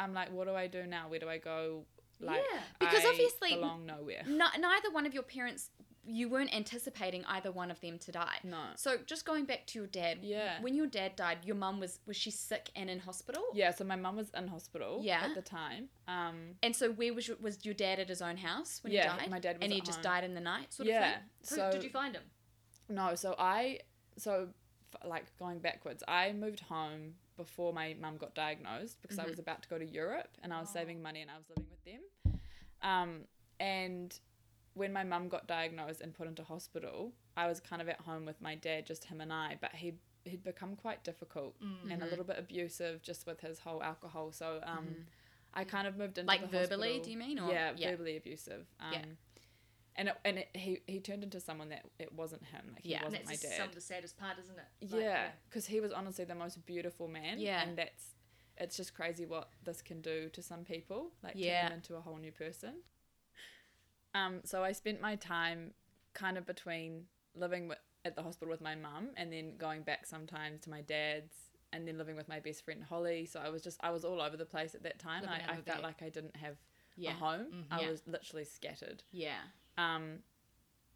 Speaker 3: I'm like, what do I do now? Where do I go? Like
Speaker 4: Yeah.
Speaker 2: Because
Speaker 3: I
Speaker 2: obviously-
Speaker 3: belong nowhere. <laughs>
Speaker 2: No, neither one of your parents. You weren't anticipating either one of them to die.
Speaker 3: No.
Speaker 2: So just going back to your dad.
Speaker 3: Yeah.
Speaker 2: When your dad died, your mum was was she sick and in hospital?
Speaker 3: Yeah, so my mum was in hospital
Speaker 2: Yeah.
Speaker 3: at the time. Um
Speaker 2: And so where was your, was your dad at his own house when
Speaker 3: Yeah,
Speaker 2: he died?
Speaker 3: my dad was
Speaker 2: and he
Speaker 3: at
Speaker 2: just
Speaker 3: home.
Speaker 2: died in the night, sort
Speaker 3: yeah.
Speaker 2: of thing.
Speaker 4: Who,
Speaker 3: So
Speaker 4: did you find him?
Speaker 3: No, so I so f- like going backwards, I moved home before my mum got diagnosed because
Speaker 2: Mm-hmm.
Speaker 3: I was about to go to Europe and
Speaker 2: Oh.
Speaker 3: I was saving money and I was living with them. Um, and when my mum got diagnosed and put into hospital, I was kind of at home with my dad, just him and I, but he he'd become quite difficult
Speaker 2: Mm.
Speaker 3: and a little bit abusive just with his whole alcohol. So um I kind of moved into
Speaker 2: Mm-hmm. Like
Speaker 3: the
Speaker 2: verbally,
Speaker 3: hospital.
Speaker 2: do you mean, or-
Speaker 3: yeah,
Speaker 2: yeah.
Speaker 3: verbally abusive. Um,
Speaker 2: Yeah.
Speaker 3: And it, and it, he he turned into someone that it wasn't him. Like he
Speaker 2: Yeah. And
Speaker 4: And
Speaker 3: wasn't
Speaker 4: that's
Speaker 3: my
Speaker 4: just
Speaker 3: dad.
Speaker 4: some of the saddest part, isn't it? Like,
Speaker 3: Yeah, because he was honestly the most beautiful man.
Speaker 2: Yeah.
Speaker 3: and that's it's just crazy what this can do to some people, like
Speaker 2: Yeah.
Speaker 3: turn them into a whole new person. Um, so I spent my time kind of between living with, at the hospital with my mum and then going back sometimes to my dad's and then living with my best friend Holly. So I was just I was all over the place at that time.
Speaker 4: Living
Speaker 3: I,
Speaker 4: out
Speaker 3: I
Speaker 4: of a
Speaker 3: felt
Speaker 4: bag.
Speaker 3: like I didn't have
Speaker 2: Yeah.
Speaker 3: a home. I
Speaker 2: Yeah.
Speaker 3: was literally scattered.
Speaker 2: Yeah.
Speaker 3: Um,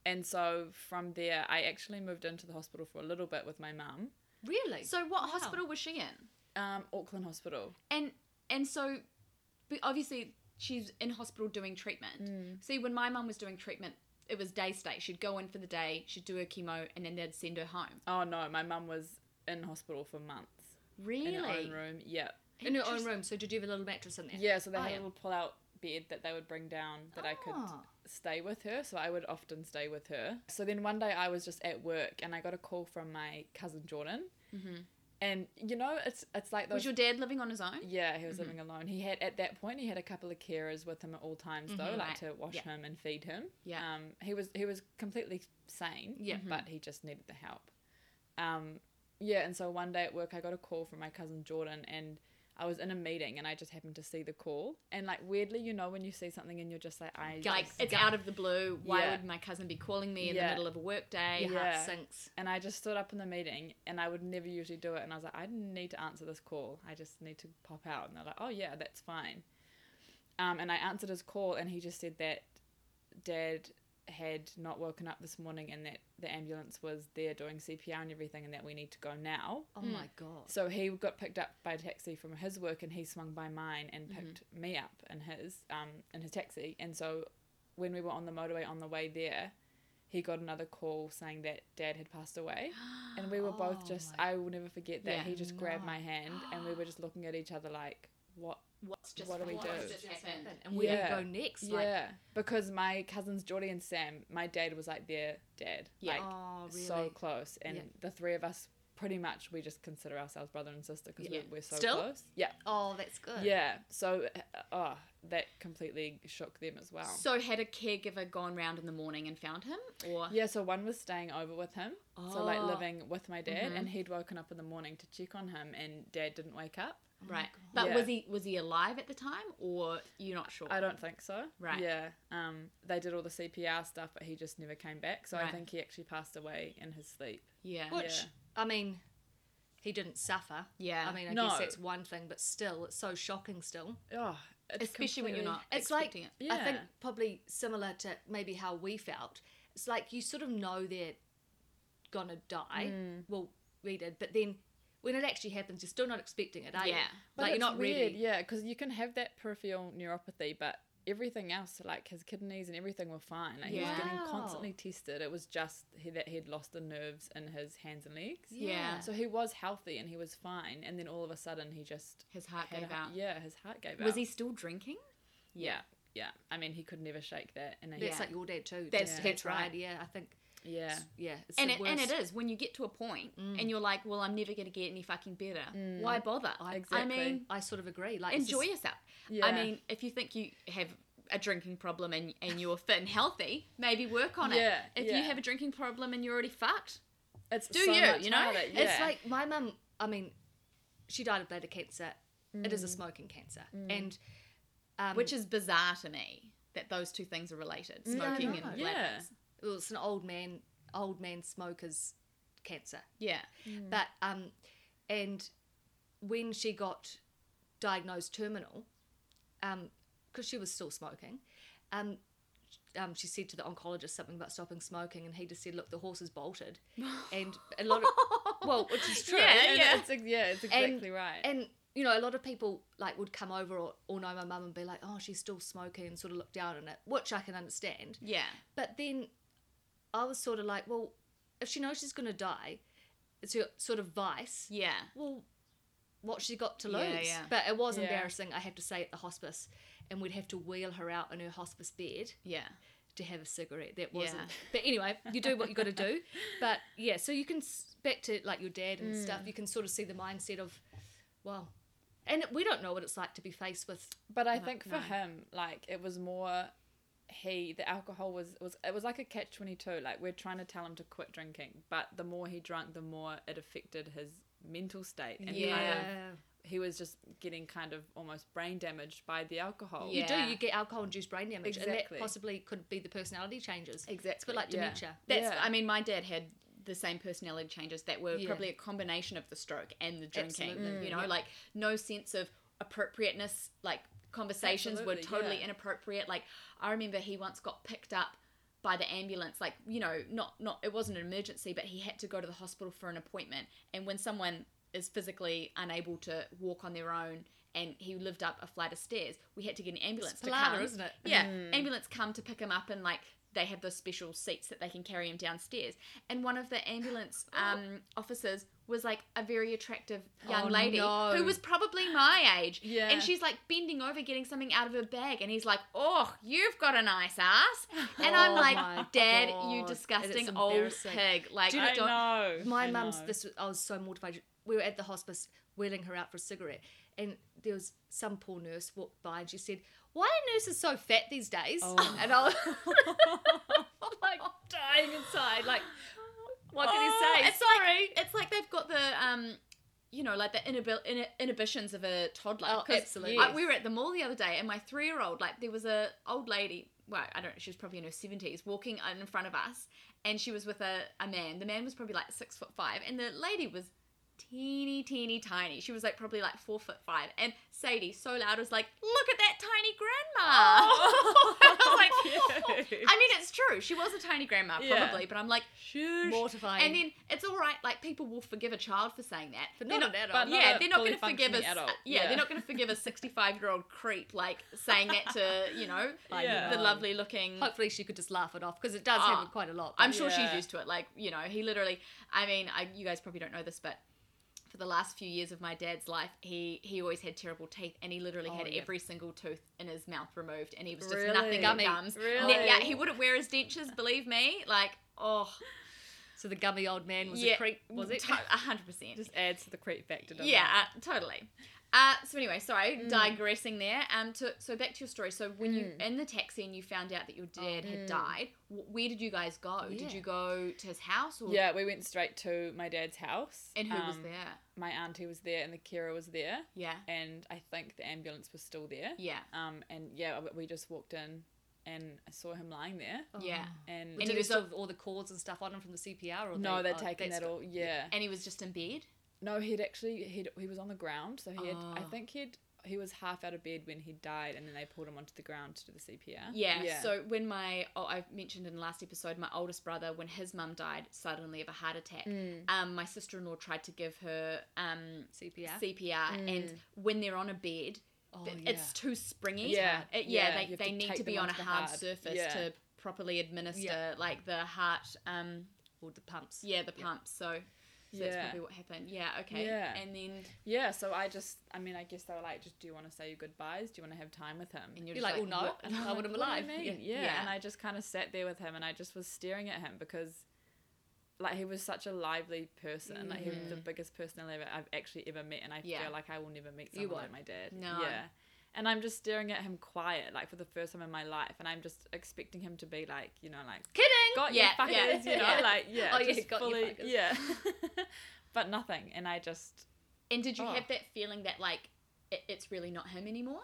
Speaker 3: and so from there, I actually moved into the hospital for a little bit with my mum.
Speaker 4: Really?
Speaker 2: So what
Speaker 4: Wow.
Speaker 2: hospital was she in?
Speaker 3: Um, Auckland Hospital.
Speaker 2: And and so, but obviously she's in hospital doing treatment. See, when my mum was doing treatment, it was day stay. She'd go in for the day, she'd do her chemo, and then they'd send her home.
Speaker 3: Oh no, my mum was in hospital for months
Speaker 2: Really?
Speaker 3: in her own room. Yeah,
Speaker 4: in her own room. So did you have a little mattress in there?
Speaker 3: yeah. So they
Speaker 4: Oh,
Speaker 3: had
Speaker 4: yeah.
Speaker 3: a little pull-out bed that they would bring down that I could
Speaker 4: Ah.
Speaker 3: stay with her. So I would often stay with her. So then one day I was just at work and I got a call from my cousin Jordan. And you know, it's it's like
Speaker 2: Mm-hmm.
Speaker 3: those
Speaker 2: Was your dad living on his own?
Speaker 3: Yeah, he was
Speaker 2: Mm-hmm.
Speaker 3: living alone. He had at that point he had a couple of carers with him at all times though, like
Speaker 2: Mm-hmm. Right.
Speaker 3: to wash
Speaker 2: Yeah.
Speaker 3: him and feed him.
Speaker 2: Yeah.
Speaker 3: Um he was he was completely sane.
Speaker 4: Yeah.
Speaker 3: But he just needed the help. Um yeah, and so one day at work I got a call from my cousin Jordan and I was in a meeting and I just happened to see the call. And like weirdly, you know when you see something and you're just like I
Speaker 2: Like
Speaker 3: just-
Speaker 2: it's out of the blue. Why
Speaker 3: Yeah.
Speaker 2: would my cousin be calling me in the
Speaker 3: Yeah.
Speaker 2: middle of a work day?
Speaker 4: Your
Speaker 3: Yeah.
Speaker 4: heart sinks.
Speaker 3: and I just stood up in the meeting and I would never usually do it and I was like, I need to answer this call. I just need to pop out and they're like, Oh yeah, that's fine. Um, and I answered his call and he just said that dad had not woken up this morning and that the ambulance was there doing CPR and everything and that we need to go now.
Speaker 4: Oh
Speaker 2: Mm.
Speaker 4: my god.
Speaker 3: So he got picked up by a taxi from his work, and he swung by mine and
Speaker 4: Mm-hmm.
Speaker 3: picked me up in his um in his taxi. And so when we were on the motorway on the way there, he got another call saying that Dad had passed
Speaker 4: <gasps>
Speaker 3: away, and we were
Speaker 4: Oh
Speaker 3: both just I will never forget that.
Speaker 2: Yeah.
Speaker 3: he just grabbed my hand, and we
Speaker 4: <gasps>
Speaker 3: were just looking at each other like, what?
Speaker 4: What's just
Speaker 3: what do we
Speaker 4: what
Speaker 3: do?
Speaker 4: has
Speaker 2: Just
Speaker 4: just
Speaker 2: happened.
Speaker 4: happened? And where
Speaker 3: Yeah.
Speaker 4: do we go next? Like,
Speaker 3: yeah, because my cousins Jordy and Sam, my dad was like their dad,
Speaker 2: Yeah.
Speaker 3: like
Speaker 4: oh really?
Speaker 3: so close, and
Speaker 4: Yeah.
Speaker 3: the three of us pretty much we just consider ourselves brother and sister because
Speaker 2: Yeah.
Speaker 3: we're, we're so
Speaker 4: Still?
Speaker 3: close. Yeah.
Speaker 4: oh, that's good.
Speaker 3: Yeah. So, uh, oh, that completely shook them as well.
Speaker 2: So had a caregiver gone round in the morning and found him, or
Speaker 3: yeah, so one was staying over with him, so like
Speaker 4: Oh.
Speaker 3: living with my dad,
Speaker 2: Mm-hmm.
Speaker 3: and he'd woken up in the morning to check on him, and dad didn't wake up.
Speaker 2: right? But
Speaker 3: Yeah.
Speaker 2: was he was he alive at the time, or you're not sure?
Speaker 3: I don't think so.
Speaker 2: Right.
Speaker 3: Yeah. Um, they did all the CPR stuff, but he just never came back. So I
Speaker 2: Right.
Speaker 3: think he actually passed away in his sleep.
Speaker 2: yeah.
Speaker 4: Which
Speaker 3: Yeah.
Speaker 4: I mean, he didn't suffer.
Speaker 2: Yeah.
Speaker 4: I mean, I
Speaker 3: No.
Speaker 4: guess that's one thing, but still, it's so shocking. Still,
Speaker 3: Oh, it's
Speaker 2: Especially when you're
Speaker 3: completely-
Speaker 2: not
Speaker 4: it's like
Speaker 2: expecting it.
Speaker 3: it.
Speaker 4: I think
Speaker 3: Yeah.
Speaker 4: probably similar to maybe how we felt. It's like you sort of know they're gonna die.
Speaker 3: Mm.
Speaker 4: Well, we did, but then when it actually happens, you're still not expecting it, are you?
Speaker 2: Yeah.
Speaker 3: But
Speaker 4: like you're
Speaker 3: it's
Speaker 4: not
Speaker 3: weird,
Speaker 4: ready.
Speaker 3: yeah, because you can have that peripheral neuropathy, but everything else, like his kidneys and everything, were fine. Like, He was getting
Speaker 1: Wow.
Speaker 3: constantly tested. It was just he, that he'd lost the nerves in his hands and legs.
Speaker 5: Yeah.
Speaker 3: So he was healthy and he was fine, and then all of a sudden he just
Speaker 5: His heart
Speaker 3: had
Speaker 5: gave
Speaker 3: a-
Speaker 5: out.
Speaker 3: Yeah, his heart gave out.
Speaker 2: Was he still drinking?
Speaker 3: Yeah, yeah. I mean, he could never shake that, and he,
Speaker 4: That's like your dad too.
Speaker 2: That's-
Speaker 4: yeah.
Speaker 2: that's right.
Speaker 4: Yeah, I think.
Speaker 3: yeah,
Speaker 4: Yeah, it's
Speaker 2: and
Speaker 4: the
Speaker 2: it, and it
Speaker 4: worst.
Speaker 2: is when you get to a point and you're like, well, I'm never going to get any fucking better.
Speaker 3: Mm.
Speaker 2: Why bother? I,
Speaker 3: Exactly.
Speaker 2: I mean,
Speaker 4: I sort of agree. Like it's
Speaker 2: enjoy
Speaker 4: just-
Speaker 2: yourself.
Speaker 3: yeah.
Speaker 2: I mean, if you think you have a drinking problem and, and you're fit and healthy, maybe work on
Speaker 3: Yeah,
Speaker 2: it. If
Speaker 3: yeah.
Speaker 2: you have a drinking problem and you're already fucked,
Speaker 3: it's
Speaker 2: do
Speaker 3: so
Speaker 2: you,
Speaker 3: much
Speaker 2: you know?
Speaker 3: harder,
Speaker 2: It's
Speaker 3: yeah.
Speaker 4: It's like my mum. I mean, she died of bladder cancer. It is a smoking cancer, and um,
Speaker 2: Mm. which is bizarre to me that those two things are related smoking
Speaker 4: know.
Speaker 2: and
Speaker 3: yeah,
Speaker 2: bladders.
Speaker 4: well, it's an old man, old man smokers cancer.
Speaker 2: Yeah.
Speaker 4: But um, and when she got diagnosed terminal, um, because she was still smoking, um, um, she said to the oncologist something about stopping smoking, and he just said, "Look, the horse is bolted," and a lot of well, which is true.
Speaker 2: Yeah,
Speaker 3: And
Speaker 2: yeah.
Speaker 3: It's, ex- yeah, it's exactly right.
Speaker 4: And you know, a lot of people like would come over or, or know my mum and be like, "Oh, she's still smoking," and sort of look down on it, which I can understand.
Speaker 2: Yeah.
Speaker 4: But then I was sort of like, "Well, if she knows she's going to die, it's her sort of vice.
Speaker 2: Yeah.
Speaker 4: Well, what she got to lose?"
Speaker 2: Yeah, yeah.
Speaker 4: But it was
Speaker 3: Yeah.
Speaker 4: embarrassing, I have to say, at the hospice, and we'd have to wheel her out in her hospice bed
Speaker 2: Yeah.
Speaker 4: to have a cigarette. That wasn't.
Speaker 2: Yeah.
Speaker 4: <laughs> But anyway, you do what you got to do.
Speaker 2: <laughs>
Speaker 4: But yeah, so you can s- back to like your dad and stuff.
Speaker 2: Mm.
Speaker 4: You can sort of see the mindset of, well, and it, we don't know what it's like to be faced with.
Speaker 3: But I
Speaker 4: Like,
Speaker 3: think for
Speaker 4: no.
Speaker 3: him, like it was more he the alcohol was was it was like a catch twenty two. Like we're trying to tell him to quit drinking, but the more he drank, the more it affected his mental state. And kind of, he was just getting kind of almost brain damaged by the alcohol.
Speaker 4: you do.
Speaker 2: Yeah.
Speaker 4: You get alcohol-induced brain damage, and
Speaker 3: Exactly.
Speaker 4: that possibly could be the personality changes.
Speaker 2: Exactly.
Speaker 4: It's a bit like
Speaker 3: Yeah.
Speaker 4: dementia.
Speaker 2: That's.
Speaker 3: Yeah.
Speaker 2: I mean, my dad had the same personality changes that were
Speaker 4: Yeah.
Speaker 2: probably a combination of the stroke and the drinking.
Speaker 4: Absolutely,
Speaker 2: You know,
Speaker 4: yeah.
Speaker 2: like no sense of appropriateness. Like conversations
Speaker 3: Absolutely,
Speaker 2: were totally
Speaker 3: yeah.
Speaker 2: inappropriate. Like I remember he once got picked up by the ambulance like you know not not it wasn't an emergency but he had to go to the hospital for an appointment and when someone is physically unable to walk on their own and he lived up a flight of stairs we had to get an ambulance to
Speaker 4: palaver,
Speaker 2: come
Speaker 4: isn't it?
Speaker 2: yeah,
Speaker 4: Mm.
Speaker 2: ambulance come to pick him up and like they have those special seats that they can carry him downstairs. And one of the
Speaker 4: <gasps>
Speaker 2: ambulance um, officers was like a very attractive young
Speaker 4: Oh,
Speaker 2: lady
Speaker 4: no.
Speaker 2: who was probably my age.
Speaker 3: Yeah.
Speaker 2: And she's like bending over getting something out of her bag and he's like, "Oh, you've got a nice ass." And
Speaker 4: <laughs>
Speaker 2: I'm
Speaker 4: Oh
Speaker 2: like,
Speaker 4: my
Speaker 2: "Dad,
Speaker 4: God. And
Speaker 2: you
Speaker 4: it's
Speaker 2: disgusting old
Speaker 4: embarrassing.
Speaker 2: pig." Like
Speaker 4: Do you
Speaker 2: I
Speaker 3: I
Speaker 2: don't
Speaker 3: know.
Speaker 4: My
Speaker 3: I
Speaker 4: mum's.
Speaker 3: know.
Speaker 4: This was, I was so mortified. We were at the hospice wheeling her out for a cigarette, and there was some poor nurse walked by, and she said, "Why are nurses so fat these days?"
Speaker 3: Oh.
Speaker 4: <laughs> And I was I'm like dying inside. Like, what can
Speaker 2: Oh,
Speaker 4: he say?
Speaker 2: It's Sorry. Like, it's like they've got the um, you know, like the inhibi- in- inhibitions of a toddler.
Speaker 4: Oh,
Speaker 2: 'Cause
Speaker 4: absolutely.
Speaker 2: I- we were at the mall the other day, and my three-year-old, like, there was a old lady. Well, I don't. know, She was probably in her seventies, walking in front of us, and she was with a, a man. The man was probably like six foot five, and the lady was teeny, teeny, tiny. She was like probably like four foot five. And Sadie, so loud, was like, "Look at that tiny grandma!" <laughs> I was like,
Speaker 3: Cute.
Speaker 2: I mean, it's true. She was a tiny grandma, probably,
Speaker 3: Yeah.
Speaker 2: but I'm like,
Speaker 4: <laughs>
Speaker 2: shush.
Speaker 4: Mortifying.
Speaker 2: And then it's all right. Like people will forgive a child for saying that,
Speaker 4: But
Speaker 2: They're
Speaker 4: not an adult.
Speaker 3: But not
Speaker 2: yeah,
Speaker 3: a
Speaker 2: they're not
Speaker 3: fully
Speaker 2: going to forgive us.
Speaker 3: functioning adult.
Speaker 2: Yeah,
Speaker 3: Yeah.
Speaker 2: they're not going to forgive a sixty-five-year-old creep like saying that to
Speaker 4: <laughs>
Speaker 2: you know
Speaker 3: Yeah.
Speaker 2: the lovely-looking.
Speaker 4: Hopefully, she could just laugh it off because it does
Speaker 2: Ah.
Speaker 3: Oh,
Speaker 4: happen quite a lot.
Speaker 2: I'm sure she's
Speaker 3: Yeah.
Speaker 2: used to it. Like you know, he literally. I mean, I, you guys probably don't know this, but for the last few years of my dad's life, he he always had terrible teeth, and he literally had
Speaker 4: Oh, yeah.
Speaker 2: every single tooth in his mouth removed, and he was just
Speaker 3: Really?
Speaker 2: nothing but
Speaker 4: Gummy.
Speaker 2: gums.
Speaker 3: Really?
Speaker 2: Yeah, yeah, he wouldn't wear his dentures. Believe me, like oh,
Speaker 4: so the gummy old man was
Speaker 2: Yeah.
Speaker 4: a creep, was
Speaker 3: <laughs>
Speaker 4: it?
Speaker 2: to- a hundred percent.
Speaker 3: just adds to the creep factor. doesn't Mm.
Speaker 2: Yeah,
Speaker 3: it?
Speaker 2: uh, totally. Uh, so anyway, sorry, digressing there. Um, to, so back to your story. So when
Speaker 3: Mm.
Speaker 2: you in the taxi and you found out that your
Speaker 3: Oh,
Speaker 2: dad had died, wh- where did you guys go?
Speaker 4: Yeah.
Speaker 2: Did you go to his house? Or,
Speaker 3: Yeah, we went straight to my dad's house.
Speaker 2: And who was
Speaker 3: Um,
Speaker 2: there?
Speaker 3: My auntie was there, and the carer was there,
Speaker 2: Yeah.
Speaker 3: and I think the ambulance was still there.
Speaker 2: Yeah.
Speaker 3: Um, and yeah, we- we just walked in, and I saw him lying there,
Speaker 2: Yeah.
Speaker 3: and
Speaker 4: <laughs>
Speaker 2: And
Speaker 4: And
Speaker 2: he
Speaker 4: he was
Speaker 2: was
Speaker 4: sort of all the cords and stuff on him from the CPR, or
Speaker 3: no,
Speaker 4: they,
Speaker 3: they're
Speaker 4: oh,
Speaker 3: taking
Speaker 4: that's
Speaker 3: that all. Yeah.
Speaker 2: And he was just in bed.
Speaker 3: No, he'd actually he he was on the ground, so he had I
Speaker 2: Oh.
Speaker 3: think he'd he was half out of bed when he died, and then they pulled him onto the ground to do the CPR.
Speaker 2: Yeah. So when my oh, I mentioned in the last episode, my oldest brother, when his mum died suddenly of a heart attack,
Speaker 3: Mm.
Speaker 2: um, my sister in law tried to give her um
Speaker 4: CPR.
Speaker 3: Mm.
Speaker 2: CPR, and when they're on a bed,
Speaker 3: Oh,
Speaker 2: it's too springy.
Speaker 3: Yeah,
Speaker 2: It- yeah,
Speaker 3: yeah, you
Speaker 2: They,
Speaker 3: have
Speaker 2: they
Speaker 3: to
Speaker 2: need
Speaker 3: take
Speaker 2: to
Speaker 3: them
Speaker 2: be on a
Speaker 3: onto the
Speaker 2: hard
Speaker 3: hard-
Speaker 2: surface
Speaker 3: yeah.
Speaker 2: to properly administer like the heart. Um,
Speaker 4: or the pumps.
Speaker 2: yeah, the pumps. So, so that's
Speaker 3: Yeah.
Speaker 2: probably what happened. Yeah. Okay.
Speaker 3: Yeah.
Speaker 2: And then
Speaker 3: Yeah, so I just, I mean, I guess they were like, just do you want to say your goodbyes? Do you want to have time with him?
Speaker 2: and
Speaker 3: And
Speaker 2: you're,
Speaker 5: You're
Speaker 2: just
Speaker 5: like,
Speaker 2: like,
Speaker 5: "Oh, no,
Speaker 2: <laughs> what?"
Speaker 5: I don't
Speaker 2: I'm
Speaker 5: know what I'm
Speaker 2: like,
Speaker 5: alive.
Speaker 2: do you
Speaker 3: yeah,
Speaker 2: mean?
Speaker 3: yeah,
Speaker 2: Yeah.
Speaker 3: and I just kind of sat there with him and I just was staring at him because, like, he was such a lively person. Like, he was the biggest person I've ever, I've actually ever met, and I
Speaker 2: Mm-hmm. Yeah.
Speaker 3: feel like I will never meet
Speaker 2: You
Speaker 3: someone
Speaker 2: won't.
Speaker 3: like my dad.
Speaker 2: No.
Speaker 3: Yeah. And I'm just staring at him quiet, like, for the first time in my life, and I'm just expecting him to be like, you know, like,
Speaker 2: kidding.
Speaker 3: got
Speaker 2: yeah,
Speaker 3: your
Speaker 2: yeah,
Speaker 3: fuckers, you
Speaker 2: <laughs>
Speaker 3: know,
Speaker 2: yeah.
Speaker 3: like, yeah.
Speaker 2: Oh, yeah,
Speaker 3: just
Speaker 2: got your
Speaker 3: fully-
Speaker 2: fuckers.
Speaker 3: Yeah. <laughs> but nothing. And I just,
Speaker 2: And did you
Speaker 3: Oh.
Speaker 2: have that feeling that like it, it's really not him anymore?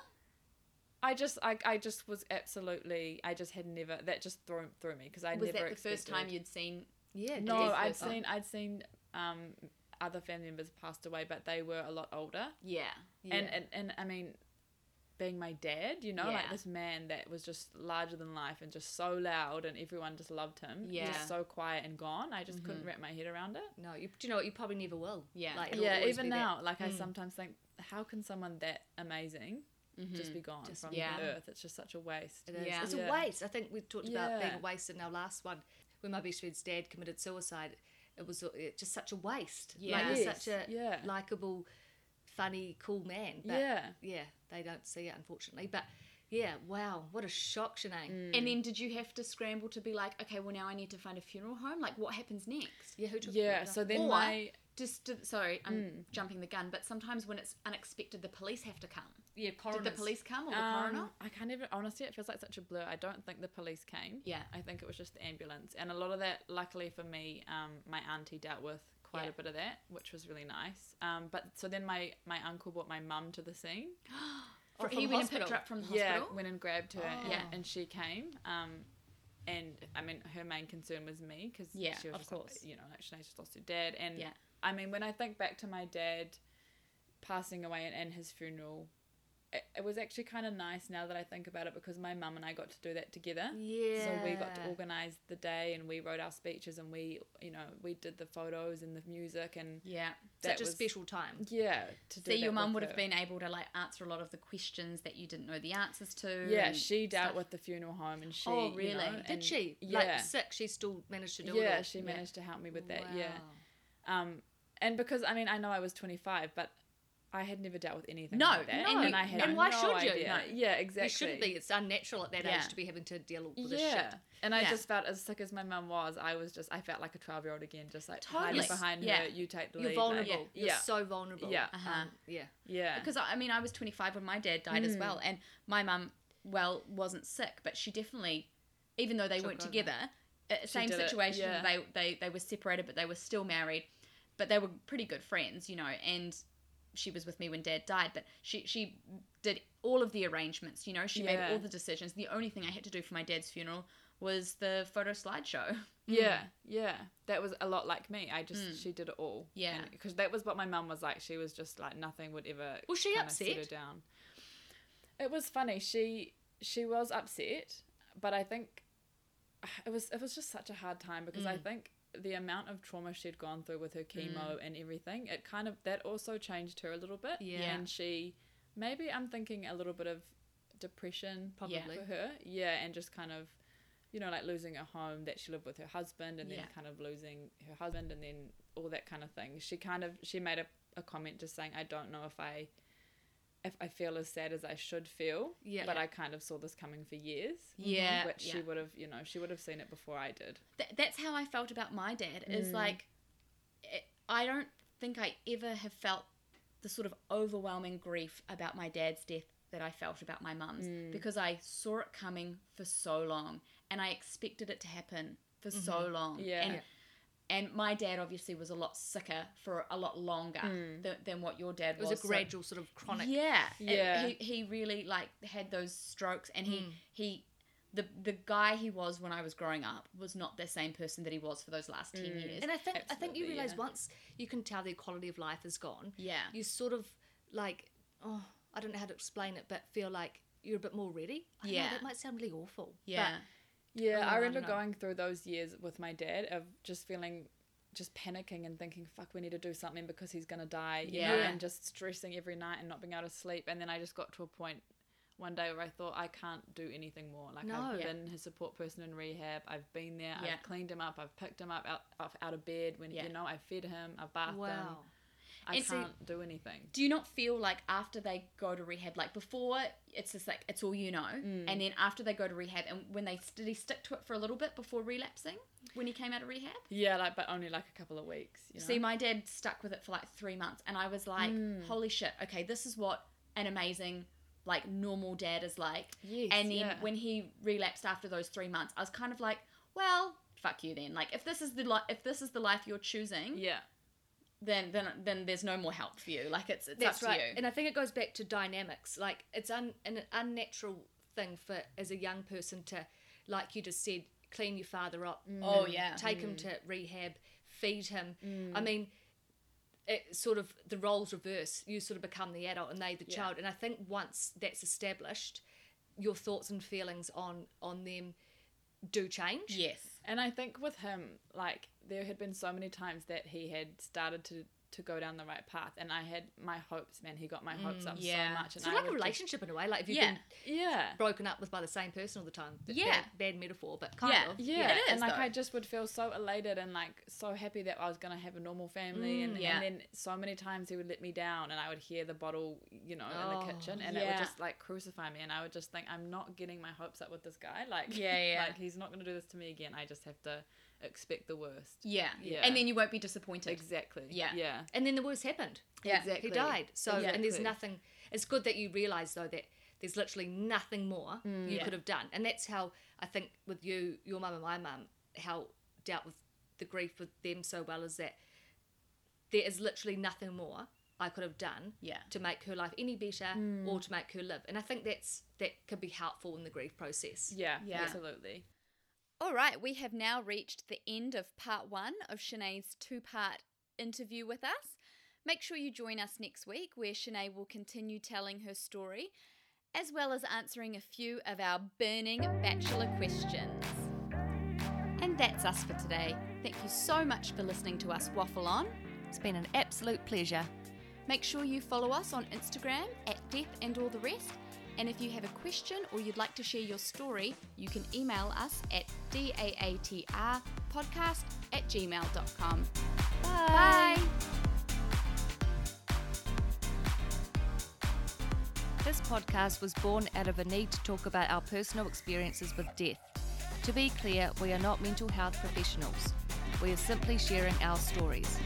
Speaker 3: I just, I, I just was absolutely, I just had never, that just threw, threw me because I
Speaker 2: was
Speaker 3: never
Speaker 2: that the first time
Speaker 3: expected-
Speaker 2: you'd seen?
Speaker 4: Yeah.
Speaker 3: No,
Speaker 2: Yes,
Speaker 3: I'd
Speaker 2: yes.
Speaker 4: oh,
Speaker 3: seen, I'd seen um, other family members passed away, but they were a lot older.
Speaker 2: Yeah.
Speaker 3: And, and, and I mean, being my dad, you know, like
Speaker 2: Yeah.
Speaker 3: this man that was just larger than life and just so loud and everyone just loved him.
Speaker 2: Yeah.
Speaker 3: Just so quiet and gone. I just couldn't wrap my head around it.
Speaker 4: No, you, do you know what? You probably never will.
Speaker 2: Yeah.
Speaker 4: Like, it'll
Speaker 3: yeah,
Speaker 4: always
Speaker 3: even
Speaker 4: be that.
Speaker 3: now, like I sometimes think, how can someone that amazing just be gone from
Speaker 2: yeah.
Speaker 3: the earth? It's just such a waste.
Speaker 4: It is.
Speaker 2: Yeah.
Speaker 4: It's
Speaker 3: Yeah.
Speaker 4: a waste. I think we talked about being
Speaker 3: Yeah.
Speaker 4: a waste in our last one. When my best friend's dad committed suicide, it was uh, just such a waste. Like,
Speaker 2: Yeah.
Speaker 4: he's
Speaker 3: Yes,
Speaker 4: such a
Speaker 3: yeah.
Speaker 4: likable, funny, cool man. But
Speaker 3: Yeah.
Speaker 4: yeah, they don't see it, unfortunately. But yeah, wow, what a shock, Sinead.
Speaker 3: Mm.
Speaker 2: And then did you have to scramble to be like, okay, well now I need to find a funeral home? Like what happens next?
Speaker 4: Yeah, who took
Speaker 3: Yeah,
Speaker 4: it?
Speaker 3: so then
Speaker 2: Or-
Speaker 3: my
Speaker 2: Just to, sorry, I'm
Speaker 3: Mm.
Speaker 2: jumping the gun, but sometimes when it's unexpected, the police have to come.
Speaker 4: yeah,
Speaker 2: Did the
Speaker 4: coroners.
Speaker 2: police come or the coroner?
Speaker 3: um, I can't even honestly it feels like such a blur. I don't think the police came.
Speaker 2: Yeah.
Speaker 3: I think it was just the ambulance. And a lot of that luckily for me, um, my auntie dealt with quite
Speaker 2: Yeah.
Speaker 3: a bit of that, which was really nice. Um, but so then my, my uncle brought my mum to the scene.
Speaker 2: Or
Speaker 4: from
Speaker 2: he went and picked her
Speaker 4: hospital?
Speaker 2: up from the
Speaker 3: yeah,
Speaker 2: hospital.
Speaker 3: went and grabbed her, and,
Speaker 2: Yeah.
Speaker 3: and she came. Um, and I mean, her main concern was me because
Speaker 2: Yeah,
Speaker 3: she was
Speaker 2: of
Speaker 3: just like,
Speaker 2: course.
Speaker 3: you know, like Sinead just lost her dad, and
Speaker 2: Yeah.
Speaker 3: I mean, when I think back to my dad passing away and, and his funeral, it, it was actually kind of nice now that I think about it because my mum and I got to do that together.
Speaker 4: Yeah.
Speaker 3: So we got to organise the day, and we wrote our speeches, and we, you know, we did the photos and the music, and
Speaker 2: Yeah.
Speaker 3: that
Speaker 4: Such a
Speaker 3: was-
Speaker 4: special time.
Speaker 3: Yeah, to do
Speaker 2: So your
Speaker 3: that
Speaker 2: mum would
Speaker 3: with her.
Speaker 2: have been able to like answer a lot of the questions that you didn't know the answers to.
Speaker 3: Yeah,
Speaker 2: and
Speaker 3: she dealt
Speaker 2: stuff.
Speaker 3: with the funeral home, and she.
Speaker 2: Oh,
Speaker 3: you
Speaker 2: really?
Speaker 3: know,
Speaker 4: Did
Speaker 3: and-
Speaker 4: she?
Speaker 3: Yeah.
Speaker 4: Like sick, she still managed to do it.
Speaker 3: yeah,
Speaker 4: all.
Speaker 3: she
Speaker 2: Yeah.
Speaker 3: managed to help me with that.
Speaker 4: Wow.
Speaker 3: Yeah. Um, and because I mean, I know I was 25, but I had never dealt with anything.
Speaker 2: No,
Speaker 3: like that,
Speaker 2: no,
Speaker 3: and I had
Speaker 4: and why
Speaker 3: no
Speaker 4: should you?
Speaker 3: idea.
Speaker 4: No.
Speaker 3: Yeah, exactly.
Speaker 4: You shouldn't be. It's unnatural at that
Speaker 2: Yeah.
Speaker 4: age to be having to deal with this
Speaker 3: Yeah,
Speaker 4: shit.
Speaker 3: and I
Speaker 2: Yeah.
Speaker 3: just felt as sick as my mum was. I was just, I felt like a 12 year old again, just like hiding
Speaker 2: Totally.
Speaker 3: behind
Speaker 2: Yeah.
Speaker 3: her. You take the
Speaker 4: You're
Speaker 3: lead,
Speaker 4: vulnerable.
Speaker 3: Like,
Speaker 4: You're
Speaker 3: yeah,
Speaker 4: so vulnerable.
Speaker 3: Yeah.
Speaker 2: Uh-huh.
Speaker 4: Um, yeah.
Speaker 3: yeah,
Speaker 2: because I I mean I was 25 when my dad died
Speaker 3: Hmm.
Speaker 2: as well, and my mum well wasn't sick, but she definitely, even though they weren't
Speaker 4: over.
Speaker 2: together, uh, same
Speaker 3: did it,
Speaker 2: situation.
Speaker 3: yeah.
Speaker 2: They they they were separated, but they were still married, but they were pretty good friends, you know. And she was with me when Dad died, but she she did all of the arrangements, you know. She
Speaker 3: Yeah.
Speaker 2: made all the decisions. The only thing I had to do for my dad's funeral was the photo slideshow.
Speaker 3: yeah,
Speaker 4: Mm.
Speaker 3: yeah. That was a lot like me. I just, she did it all.
Speaker 2: Yeah.
Speaker 3: because that was what my mum was like. She was just like nothing would ever.
Speaker 4: Was she
Speaker 3: kinda set
Speaker 4: upset?
Speaker 3: her down. It was funny. She she was upset, but I think <sighs> it was it was just such a hard time because
Speaker 4: Mm.
Speaker 3: I think the amount of trauma she'd gone through with her chemo and everything, it kind of that also changed her a little bit.
Speaker 4: Yeah.
Speaker 3: And she maybe I'm thinking a little bit of depression probably
Speaker 2: Yeah.
Speaker 3: for her. Yeah, and just kind of you know, like losing her home that she lived with her husband and then
Speaker 2: Yeah.
Speaker 3: kind of losing her husband and then all that kind of thing. She kind of she made a, a comment just saying, I don't know if I if I feel as sad as I should feel.
Speaker 4: Yeah.
Speaker 3: But I kind of saw this coming for years.
Speaker 2: Yeah,
Speaker 3: Which she
Speaker 2: yeah.
Speaker 3: would have you know, she would have seen it before I did.
Speaker 2: Th- that's how I felt about my dad. Is
Speaker 4: Mm.
Speaker 2: like, it, I don't think I ever have felt the sort of overwhelming grief about my dad's death that I felt about my mum's
Speaker 4: Mm.
Speaker 2: because I saw it coming for so long and I expected it to happen for so
Speaker 4: Mm-hmm.
Speaker 2: long.
Speaker 3: Yeah.
Speaker 2: And,
Speaker 3: Yeah.
Speaker 2: and my dad obviously was a lot sicker for a lot longer than, than what your dad
Speaker 4: Mm. It was a
Speaker 2: so-
Speaker 4: gradual sort of chronic.
Speaker 2: yeah, it-
Speaker 3: Yeah.
Speaker 2: he, he really like had those strokes, and he he the the guy he was when I was growing up was not the same person that he was for those last ten years.
Speaker 4: And I think I think you
Speaker 3: Absolutely,
Speaker 4: realize
Speaker 3: yeah.
Speaker 4: once you can tell their quality of life is gone.
Speaker 2: Yeah.
Speaker 4: You sort of like oh I don't know how to explain it, but feel like you're a bit more ready. I don't know,
Speaker 2: Yeah.
Speaker 4: that might sound really awful.
Speaker 2: yeah,
Speaker 3: Yeah, I
Speaker 4: I
Speaker 2: Oh,
Speaker 3: remember
Speaker 4: dunno.
Speaker 3: going through those years with my dad of just feeling just panicking and thinking, fuck, we need to do something because he's going to die. you
Speaker 2: Yeah.
Speaker 3: know, and just stressing every night and not being able to sleep. And then I just got to a point one day where I thought, I can't do anything more. Like,
Speaker 2: No.
Speaker 3: I've
Speaker 2: Yeah.
Speaker 3: been his support person in rehab. I've been there.
Speaker 2: Yeah.
Speaker 3: I've cleaned him up. I've picked him up out, off- out of bed when,
Speaker 2: Yeah.
Speaker 3: you know, I fed him. I bathed him.
Speaker 4: Wow.
Speaker 3: I
Speaker 2: And so-
Speaker 3: can't do anything.
Speaker 2: do you not feel like after they go to rehab like before it's just like it's all you know and then after they go to rehab and when they did he stick to it for a little bit before relapsing when he came out of rehab
Speaker 3: Yeah, like, but only like a couple of weeks. You know? Mm.
Speaker 2: see my dad stuck with it for like three months and i was like holy shit okay this is what an amazing like normal dad is like
Speaker 3: Yes,
Speaker 2: and then
Speaker 3: yeah.
Speaker 2: when he relapsed after those three months i was kind of like well fuck you then like if this is the li- if this is the life you're choosing
Speaker 3: yeah.
Speaker 2: then then then there's no more help for you like it's it's
Speaker 4: That's
Speaker 2: up to
Speaker 4: right.
Speaker 2: you
Speaker 4: And I think it goes back to dynamics. Like it's un, an unnatural thing for as a young person to, like you just said, clean your father up.
Speaker 2: Oh,
Speaker 3: Mm.
Speaker 4: and
Speaker 2: yeah.
Speaker 4: Take him to rehab, feed him. I mean, it sort of the roles reverse. You sort of become the adult and they the child. And I think once that's established, your thoughts and feelings on on them do change.
Speaker 2: yes
Speaker 3: And I think with him, like there had been so many times that he had started to to go down the right path, and I had my hopes. Man, he got my hopes up
Speaker 2: Mm, yeah.
Speaker 3: so much, and
Speaker 4: So
Speaker 3: I
Speaker 4: like a
Speaker 3: would just-
Speaker 4: relationship in a way. Like if you've
Speaker 2: Yeah.
Speaker 4: been
Speaker 3: yeah.
Speaker 4: broken up with by the same person all the time. Bad-
Speaker 2: Yeah.
Speaker 4: Bad metaphor, but kind
Speaker 2: Yeah.
Speaker 4: of.
Speaker 3: Yeah,
Speaker 2: Yeah, it is,
Speaker 3: and like
Speaker 2: though.
Speaker 3: I just would feel so elated and like so happy that I was gonna have a normal family, and,
Speaker 2: Mm, yeah.
Speaker 3: and then so many times he would let me down, and I would hear the bottle, you know, in the kitchen, and it
Speaker 2: Oh, yeah.
Speaker 3: would just like crucify me, and I would just think I'm not getting my hopes up with this guy, like
Speaker 2: Yeah, yeah.
Speaker 3: <laughs> like he's not gonna do this to me again. I just have to expect the worst.
Speaker 2: Yeah.
Speaker 3: Yeah.
Speaker 2: And then you won't be disappointed.
Speaker 3: Exactly.
Speaker 2: Yeah.
Speaker 3: Yeah.
Speaker 4: and then the worst happened.
Speaker 2: Yeah.
Speaker 3: Exactly.
Speaker 4: He died. So and there's
Speaker 3: Exactly.
Speaker 4: nothing. It's good that you realise though that there's literally nothing more you
Speaker 2: Yeah.
Speaker 4: could have done, and that's how I think with you, your mum and my mum, how dealt with the grief with them so well is that there is literally nothing more I could have done
Speaker 2: Yeah.
Speaker 4: to make her life any better or to make her live, and I think that's that can be helpful in the grief process.
Speaker 3: Yeah,
Speaker 2: Yeah.
Speaker 3: absolutely.
Speaker 2: All right, we have now reached the end of part one of Shanae's two part interview with us. Make sure you join us next week where Shanae will continue telling her story as well as answering a few of our burning bachelor questions. And that's us for today. Thank you so much for listening to us waffle on.
Speaker 4: It's been an absolute pleasure.
Speaker 2: Make sure you follow us on Instagram at Death and All the Rest. And if you have a question or you'd like to share your story, you can email us at daatrpodcast at gmail.com. Bye. Bye.
Speaker 4: This podcast was born out of a need to talk about our personal experiences with death. To be clear, we are not mental health professionals. We are simply sharing our stories.